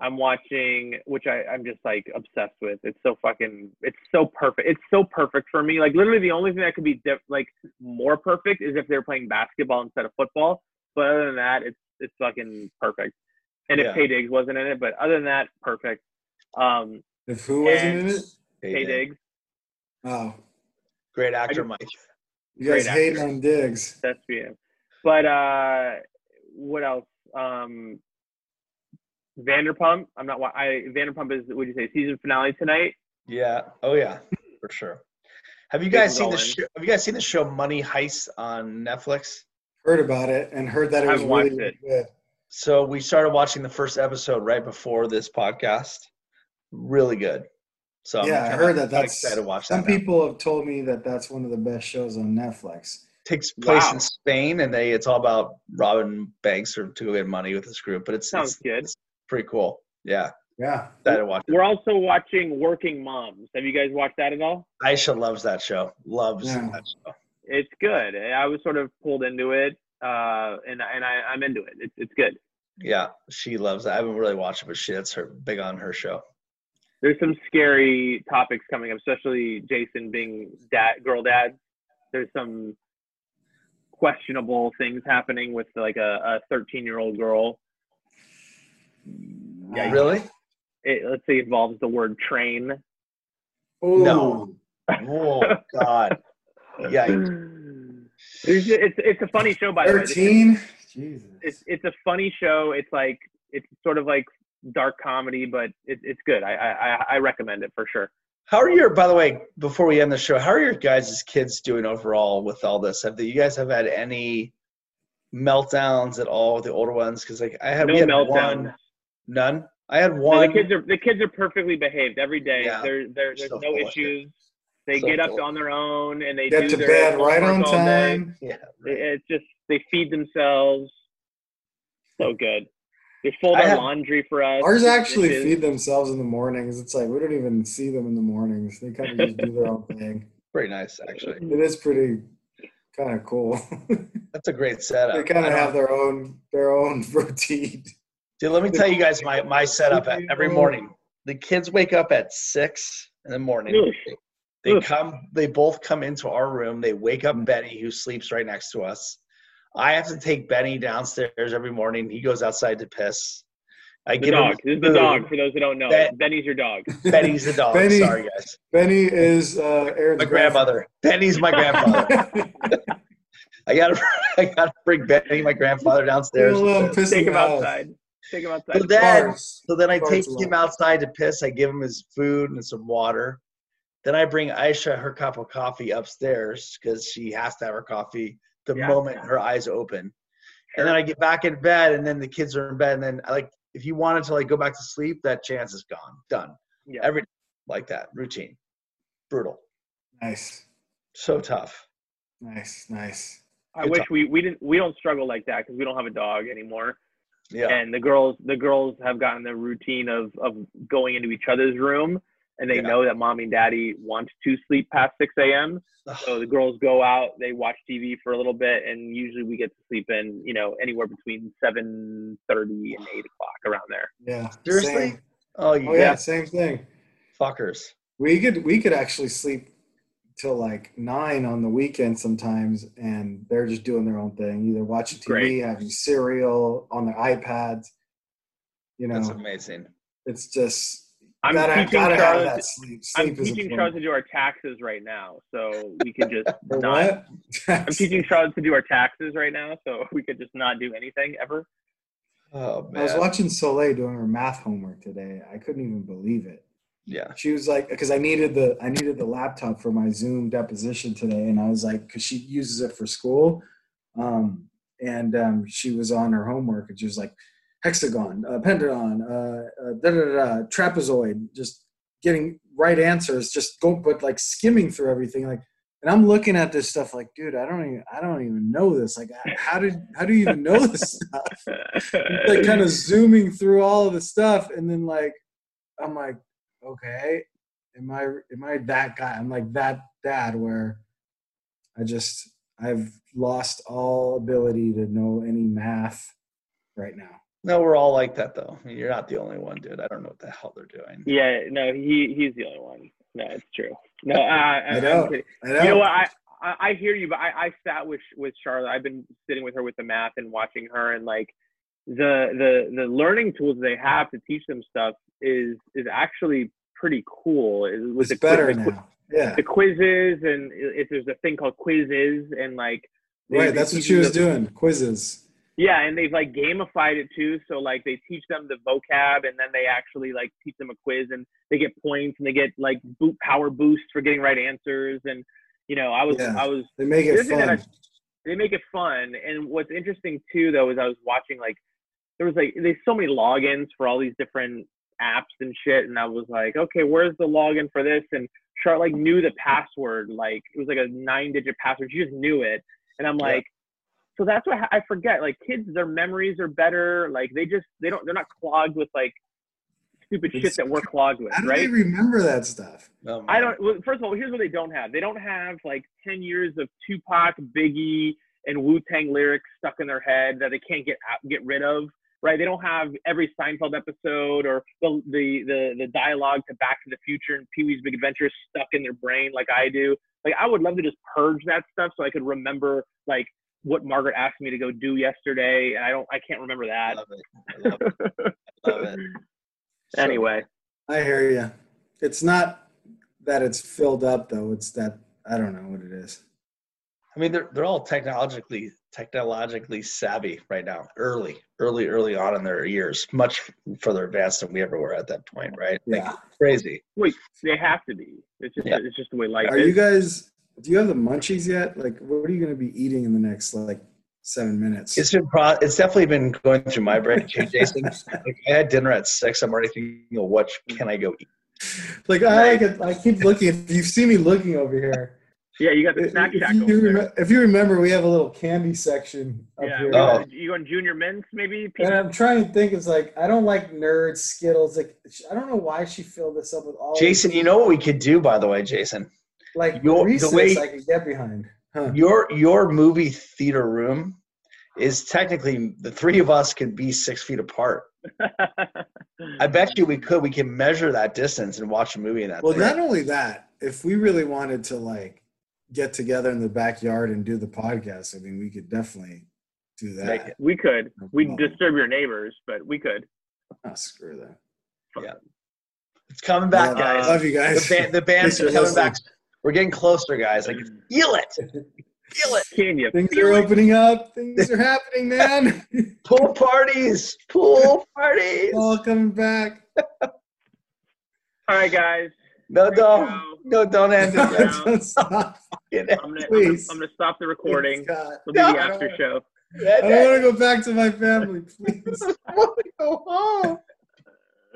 [SPEAKER 2] I'm watching, which I, I'm just like obsessed with. It's so fucking, it's so perfect. It's so perfect for me. Like literally, the only thing that could be diff- like more perfect is if they're playing basketball instead of football. But other than that, it's it's fucking perfect. And if
[SPEAKER 1] Yeah.
[SPEAKER 2] Tay Diggs wasn't in it, but other than that, perfect. Um,
[SPEAKER 3] If who wasn't in it?
[SPEAKER 1] Hey,
[SPEAKER 2] Tay
[SPEAKER 1] Diggs.
[SPEAKER 2] Diggs,
[SPEAKER 3] Oh,
[SPEAKER 1] Great actor,
[SPEAKER 2] just-
[SPEAKER 1] Mike.
[SPEAKER 3] you guys
[SPEAKER 2] Great
[SPEAKER 3] hate
[SPEAKER 2] actor.
[SPEAKER 3] on Diggs.
[SPEAKER 2] that's me. But uh, what else? Um, Vanderpump. I'm not. wa- I Vanderpump is. Would you say season finale tonight?
[SPEAKER 1] Yeah. Oh yeah, for sure. Have you
[SPEAKER 2] Diggs
[SPEAKER 1] guys
[SPEAKER 2] is
[SPEAKER 1] seen
[SPEAKER 2] all
[SPEAKER 1] the
[SPEAKER 2] in.
[SPEAKER 1] show? Have you guys seen the show Money Heist on Netflix?
[SPEAKER 3] Heard about it and heard that it
[SPEAKER 2] I
[SPEAKER 3] was
[SPEAKER 2] haven't watched
[SPEAKER 3] really, really good.
[SPEAKER 1] So we started watching the first episode right before this podcast. Really good. So I'm
[SPEAKER 3] Yeah, I
[SPEAKER 1] kinda-
[SPEAKER 3] heard that.
[SPEAKER 1] kinda
[SPEAKER 3] That's-
[SPEAKER 1] excited to watch
[SPEAKER 3] Some
[SPEAKER 1] that. now.
[SPEAKER 3] people have told me that that's one of the best shows on Netflix.
[SPEAKER 1] takes place
[SPEAKER 2] Wow.
[SPEAKER 1] in Spain, and they it's all about robbing banks or to go get money with this group. But it's,
[SPEAKER 2] Sounds
[SPEAKER 1] it's
[SPEAKER 2] good.
[SPEAKER 1] pretty cool. Yeah,
[SPEAKER 3] Yeah.
[SPEAKER 1] excited to watch. it.
[SPEAKER 2] We're also watching Working Moms. Have you guys watched that at all?
[SPEAKER 1] Aisha loves that show. Loves
[SPEAKER 3] Yeah.
[SPEAKER 1] that show.
[SPEAKER 2] It's good. I was sort of pulled into it, uh, and and I, I'm into it. It's it's good.
[SPEAKER 1] Yeah, she loves that. I haven't really watched it, but she that's her big on her show.
[SPEAKER 2] There's some scary topics coming up, especially Jason being dad, girl dad. There's some questionable things happening with like a 13 year old girl.
[SPEAKER 3] Yeah.
[SPEAKER 1] Really?
[SPEAKER 2] It let's say involves the word train.
[SPEAKER 3] Ooh.
[SPEAKER 1] No. Oh
[SPEAKER 3] *laughs*
[SPEAKER 1] God. Yeah.
[SPEAKER 2] There's, it's it's a funny show by the way. This is-
[SPEAKER 3] 13? Jesus.
[SPEAKER 2] it's it's a funny show. It's like it's sort of like dark comedy, but it, it's good. I, I I- I recommend it for sure.
[SPEAKER 1] How are your? By the way, before we end the show, how are your guys' kids doing overall with all this? Have the, you guys have had any meltdowns at all with the older ones? Because like I had
[SPEAKER 2] No
[SPEAKER 1] we had
[SPEAKER 2] meltdown.
[SPEAKER 1] one, none. I had
[SPEAKER 2] No,
[SPEAKER 1] one.
[SPEAKER 2] the kids are the kids are perfectly behaved every day.
[SPEAKER 1] Yeah.
[SPEAKER 2] There, there there's
[SPEAKER 1] So
[SPEAKER 2] no
[SPEAKER 1] full of shit.
[SPEAKER 2] issues. They
[SPEAKER 1] So
[SPEAKER 2] get up
[SPEAKER 1] full.
[SPEAKER 2] on their own and they do
[SPEAKER 3] Get to
[SPEAKER 2] their
[SPEAKER 3] bed right on
[SPEAKER 2] homework all day.
[SPEAKER 3] time.
[SPEAKER 1] *laughs* yeah.
[SPEAKER 2] They- It's just they feed themselves. So good. They fold
[SPEAKER 1] I
[SPEAKER 2] our
[SPEAKER 1] had-
[SPEAKER 2] laundry for us.
[SPEAKER 3] Ours actually
[SPEAKER 2] Dishes.
[SPEAKER 3] feed themselves in the mornings. It's like we don't even see them in the mornings. They kind of just do their own thing.
[SPEAKER 1] Pretty nice, actually.
[SPEAKER 3] It is pretty kind of cool. *laughs*
[SPEAKER 1] That's a great
[SPEAKER 3] they
[SPEAKER 1] setup.
[SPEAKER 3] kind
[SPEAKER 1] I
[SPEAKER 3] of
[SPEAKER 1] don't-
[SPEAKER 3] have their own their own *laughs* routine.
[SPEAKER 1] Dude, let me tell you guys my my setup at, every morning. The kids wake up at six in the
[SPEAKER 2] *laughs*
[SPEAKER 1] morning.
[SPEAKER 2] Oof.
[SPEAKER 1] They
[SPEAKER 2] Oof.
[SPEAKER 1] come. They both come into our room. They wake up Benny, who sleeps right next to us. I have to take Benny downstairs every morning. He goes outside to piss. I
[SPEAKER 2] The dog. This is the
[SPEAKER 1] food.
[SPEAKER 2] dog. For those who don't know,
[SPEAKER 1] That-
[SPEAKER 2] Benny's your
[SPEAKER 3] *laughs*
[SPEAKER 2] dog.
[SPEAKER 1] Benny's the dog.
[SPEAKER 3] Benny-
[SPEAKER 1] Sorry, guys.
[SPEAKER 3] Benny is uh, Aaron's
[SPEAKER 1] My grandmother. Benny's my grandfather. *laughs*
[SPEAKER 3] grandfather.
[SPEAKER 1] I gotta. *laughs* I gotta bring Benny, my grandfather, downstairs.
[SPEAKER 3] Little, um, piss in
[SPEAKER 2] Take
[SPEAKER 3] the
[SPEAKER 2] him
[SPEAKER 3] house.
[SPEAKER 2] outside. Take him outside.
[SPEAKER 1] But then
[SPEAKER 3] Bars.
[SPEAKER 1] So then I
[SPEAKER 3] Or
[SPEAKER 1] take
[SPEAKER 3] it's
[SPEAKER 1] him
[SPEAKER 3] low.
[SPEAKER 1] outside to piss. I give him his food and some water. Then I bring Aisha her cup of coffee upstairs because she has to have her coffee the
[SPEAKER 2] Yeah.
[SPEAKER 1] moment her eyes open. And then I get back in bed, and then the kids are in bed. And then I like, if you wanted to like go back to sleep, that chance is gone, done.
[SPEAKER 2] Yeah.
[SPEAKER 1] Every like that routine, brutal,
[SPEAKER 3] Nice,
[SPEAKER 1] so tough.
[SPEAKER 3] nice, nice.
[SPEAKER 2] I
[SPEAKER 1] Good
[SPEAKER 2] wish
[SPEAKER 1] talk.
[SPEAKER 2] we, we didn't we don't struggle like that because we don't have a dog anymore.
[SPEAKER 1] Yeah,
[SPEAKER 2] And the girls the girls have gotten the routine of of going into each other's room and they
[SPEAKER 1] Yeah.
[SPEAKER 2] know that mommy and daddy want to sleep past six a.m. So the girls go out, they watch TV for a little bit, and usually we get to sleep in you know anywhere between seven thirty and eight o'clock around there.
[SPEAKER 3] Yeah.
[SPEAKER 1] Seriously?
[SPEAKER 3] same.
[SPEAKER 1] oh you
[SPEAKER 3] Oh yeah,
[SPEAKER 1] guys
[SPEAKER 3] same thing.
[SPEAKER 1] fuckers.
[SPEAKER 3] We could we could actually sleep till like nine on the weekend sometimes, and they're just doing their own thing, either watching TV,
[SPEAKER 2] Great.
[SPEAKER 3] having cereal on their iPads. You know,
[SPEAKER 1] That's amazing.
[SPEAKER 3] it's just
[SPEAKER 2] I'm
[SPEAKER 3] gotta,
[SPEAKER 2] teaching
[SPEAKER 3] gotta have
[SPEAKER 2] Charlotte.
[SPEAKER 3] that sleep.
[SPEAKER 2] I'm
[SPEAKER 3] Sleep is
[SPEAKER 2] teaching Charlotte
[SPEAKER 3] important.
[SPEAKER 2] to do our taxes right now, so we can
[SPEAKER 3] *laughs*
[SPEAKER 2] just
[SPEAKER 3] Or
[SPEAKER 2] not
[SPEAKER 3] what?
[SPEAKER 2] I'm teaching Charlotte to do our taxes right now, so *laughs* we could just not do anything ever.
[SPEAKER 1] Oh
[SPEAKER 3] I was
[SPEAKER 1] man,
[SPEAKER 3] watching Soleil doing her math homework today. I couldn't even believe it.
[SPEAKER 1] yeah,
[SPEAKER 3] She was like, because I needed the I needed the laptop for my Zoom deposition today, and I was like, because she uses it for school, um, and um, she was on her homework, and she was like, hexagon, uh, pentagon, uh, uh, da, da, da, da, trapezoid, just getting right answers, just go, but like skimming through everything, like. And I'm looking at this stuff like, dude, I don't even, I don't even know this. Like, how did, how do you even know this stuff? Uh, like kind of zooming through all of the stuff and then like i'm like okay am i am i that guy i'm like that dad where i just I've lost all ability to know any math right now.
[SPEAKER 1] No, we're all like that though. You're not the only one, dude. I don't know what the hell they're doing.
[SPEAKER 2] Yeah, no, he he's the only one. No, it's true. No, uh, I, I,
[SPEAKER 3] I know.
[SPEAKER 2] I'm kidding.
[SPEAKER 3] I know.
[SPEAKER 2] You know what? I, I I hear you, but I, I sat with with Charlotte. I've been sitting with her with the math and watching her, and like the the the learning tools they have to teach them stuff is is actually pretty cool. It, with
[SPEAKER 3] it's
[SPEAKER 2] the quiz-
[SPEAKER 3] better
[SPEAKER 2] the, qui-
[SPEAKER 3] now. Yeah.
[SPEAKER 2] the quizzes and if there's a thing called quizzes and like they-
[SPEAKER 3] Right.
[SPEAKER 2] they
[SPEAKER 3] That's what
[SPEAKER 2] teach
[SPEAKER 3] she
[SPEAKER 2] you
[SPEAKER 3] was
[SPEAKER 2] the-
[SPEAKER 3] doing. Quizzes.
[SPEAKER 2] yeah, and they've like gamified it too. So like they teach them the vocab, and then they actually like teach them a quiz, and they get points, and they get like boot power boosts for getting right answers. And you know, I was
[SPEAKER 3] Yeah.
[SPEAKER 2] I was
[SPEAKER 3] They make
[SPEAKER 2] The
[SPEAKER 3] it
[SPEAKER 2] other thing that I-
[SPEAKER 3] fun.
[SPEAKER 2] they make it fun. And what's interesting too, though, is I was watching like there was like there's so many logins for all these different apps and shit, and I was like, okay, where's the login for this? And Char like knew the password, like it was like a nine digit password. She just knew it, and I'm
[SPEAKER 1] Yeah.
[SPEAKER 2] like, so that's what ha- I forget. Like kids, their memories are better. Like they just they don't they're not clogged with like stupid
[SPEAKER 3] It's-
[SPEAKER 2] shit that we're clogged with,
[SPEAKER 3] How do
[SPEAKER 2] right?
[SPEAKER 3] they remember that stuff?
[SPEAKER 1] No,
[SPEAKER 2] I
[SPEAKER 1] man.
[SPEAKER 2] don't. Well, first of all, here's what they don't have. They don't have like ten years of Tupac, Biggie, and Wu Tang lyrics stuck in their head that they can't get out, get rid of. Right? They don't have every Seinfeld episode or the the the, the dialogue to Back to the Future and Pee Wee's Big Adventure stuck in their brain like I do. Like I would love to just purge that stuff so I could remember like what Margaret asked me to go do yesterday, and I don't. I can't remember
[SPEAKER 1] I
[SPEAKER 2] that.
[SPEAKER 1] love it. I love it. I love it. So-
[SPEAKER 2] *laughs* Anyway,
[SPEAKER 3] I hear you. It's not that it's filled up though. It's that I don't know what it is.
[SPEAKER 1] I mean, they're they're all technologically technologically savvy right now. Early, early, early on in their years, much further advanced than we ever were at that point, right? Like,
[SPEAKER 3] Yeah.
[SPEAKER 1] crazy.
[SPEAKER 2] wait, they have to be. It's just
[SPEAKER 1] Yeah.
[SPEAKER 2] it's just the way life
[SPEAKER 3] Are
[SPEAKER 2] is.
[SPEAKER 3] you guys? Do you have the munchies yet? Like, what are you going to be eating in the next like seven minutes?
[SPEAKER 1] It's been pro- it's definitely been going through my brain, too, Jason. like, I had dinner at six. I'm already thinking, well, what can I go eat?
[SPEAKER 3] like I like it, I keep looking. If you see me looking over here,
[SPEAKER 2] yeah, you got the
[SPEAKER 3] if,
[SPEAKER 2] snack shack
[SPEAKER 3] if
[SPEAKER 2] over
[SPEAKER 3] you
[SPEAKER 2] there.
[SPEAKER 3] remem- if you remember, we have a little candy section up
[SPEAKER 2] Yeah,
[SPEAKER 3] here.
[SPEAKER 1] Oh.
[SPEAKER 2] you going junior mints maybe?
[SPEAKER 3] And
[SPEAKER 2] Peanut?
[SPEAKER 3] I'm trying to think. It's like I don't like nerds, Skittles. Like I don't know why she filled this up with all.
[SPEAKER 1] Jason, you know what we could do, by the way, Jason.
[SPEAKER 3] like
[SPEAKER 1] your- the
[SPEAKER 3] Reese's
[SPEAKER 1] way-
[SPEAKER 3] I could get behind. Huh.
[SPEAKER 1] Your your movie theater room is technically the three of us could be six feet apart. I bet you we could. We can measure that distance and watch a movie in that.
[SPEAKER 3] Well,
[SPEAKER 1] thing.
[SPEAKER 3] not only that, if we really wanted to like get together in the backyard and do the podcast, I mean, we could definitely do that.
[SPEAKER 1] Make it.
[SPEAKER 2] we could.
[SPEAKER 1] Mm.
[SPEAKER 2] We'd disturb your neighbors, but we could.
[SPEAKER 3] Oh, screw that.
[SPEAKER 1] it's coming back,
[SPEAKER 3] Love-
[SPEAKER 1] guys.
[SPEAKER 3] Love you
[SPEAKER 1] the,
[SPEAKER 3] guys.
[SPEAKER 1] ban- the band's
[SPEAKER 3] Thanks
[SPEAKER 1] coming
[SPEAKER 3] for
[SPEAKER 1] back. We're getting closer, guys. Like feel it, feel it.
[SPEAKER 2] Mm. Can you?
[SPEAKER 3] *laughs* Things are opening up. Things are
[SPEAKER 1] *laughs*
[SPEAKER 3] happening, man.
[SPEAKER 1] Pool parties, pool parties.
[SPEAKER 3] All coming back.
[SPEAKER 2] All right, guys.
[SPEAKER 1] No,
[SPEAKER 2] Great
[SPEAKER 1] no,
[SPEAKER 2] show.
[SPEAKER 1] no, don't end it. *laughs* guys.
[SPEAKER 3] *laughs* Don't stop.
[SPEAKER 1] Get it.
[SPEAKER 2] I'm gonna, I'm, gonna,
[SPEAKER 3] Please.
[SPEAKER 2] I'm gonna stop the recording.
[SPEAKER 3] God.
[SPEAKER 2] We'll do
[SPEAKER 1] No,
[SPEAKER 2] the
[SPEAKER 1] I don't
[SPEAKER 2] after
[SPEAKER 1] wanna-
[SPEAKER 3] *laughs*
[SPEAKER 2] show.
[SPEAKER 3] I don't want to go back to my
[SPEAKER 1] *laughs*
[SPEAKER 3] family. Please,
[SPEAKER 1] I want to go home.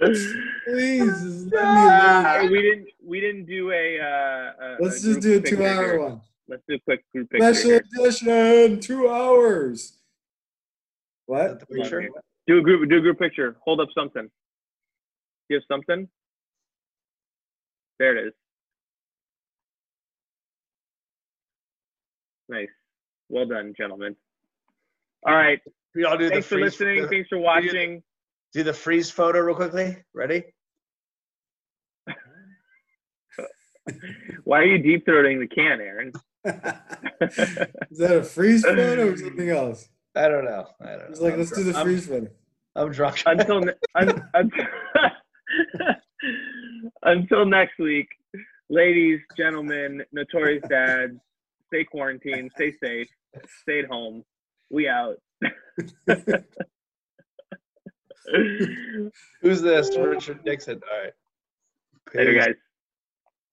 [SPEAKER 3] please, just let me
[SPEAKER 2] Hey,
[SPEAKER 3] alone.
[SPEAKER 2] we didn't. We didn't do a. Uh, a
[SPEAKER 3] Let's
[SPEAKER 2] a
[SPEAKER 3] just
[SPEAKER 2] group
[SPEAKER 3] do a
[SPEAKER 2] picture
[SPEAKER 3] two-hour
[SPEAKER 2] here.
[SPEAKER 3] one.
[SPEAKER 2] Let's do a quick group picture.
[SPEAKER 3] Special
[SPEAKER 2] here.
[SPEAKER 3] edition, two hours. What? *laughs*
[SPEAKER 1] Are you sure?
[SPEAKER 2] Do a group. Do a group picture. Hold up something. Do you have something? There it is. Nice. Well done, gentlemen. All right.
[SPEAKER 1] We all do
[SPEAKER 2] Thanks
[SPEAKER 1] the
[SPEAKER 2] for
[SPEAKER 1] freeze.
[SPEAKER 2] listening.
[SPEAKER 1] the-
[SPEAKER 2] Thanks for watching.
[SPEAKER 1] do the freeze photo real quickly. Ready?
[SPEAKER 2] Why are you deep throating the can, Aaron? *laughs*
[SPEAKER 3] is that a freeze photo or something else?
[SPEAKER 1] I don't know. I don't know.
[SPEAKER 3] It's like,
[SPEAKER 1] I'm
[SPEAKER 3] let's do
[SPEAKER 1] drunk.
[SPEAKER 3] the
[SPEAKER 1] I'm-
[SPEAKER 3] freeze photo.
[SPEAKER 1] I'm, drunk.
[SPEAKER 2] Until ne- un- un- *laughs* until next week, ladies, gentlemen, notorious dads, stay quarantined, stay safe, stay at home. We out.
[SPEAKER 1] *laughs*
[SPEAKER 2] *laughs*
[SPEAKER 1] Who's this? Richard Nixon. All right.
[SPEAKER 2] Later,
[SPEAKER 1] Peace.
[SPEAKER 2] guys.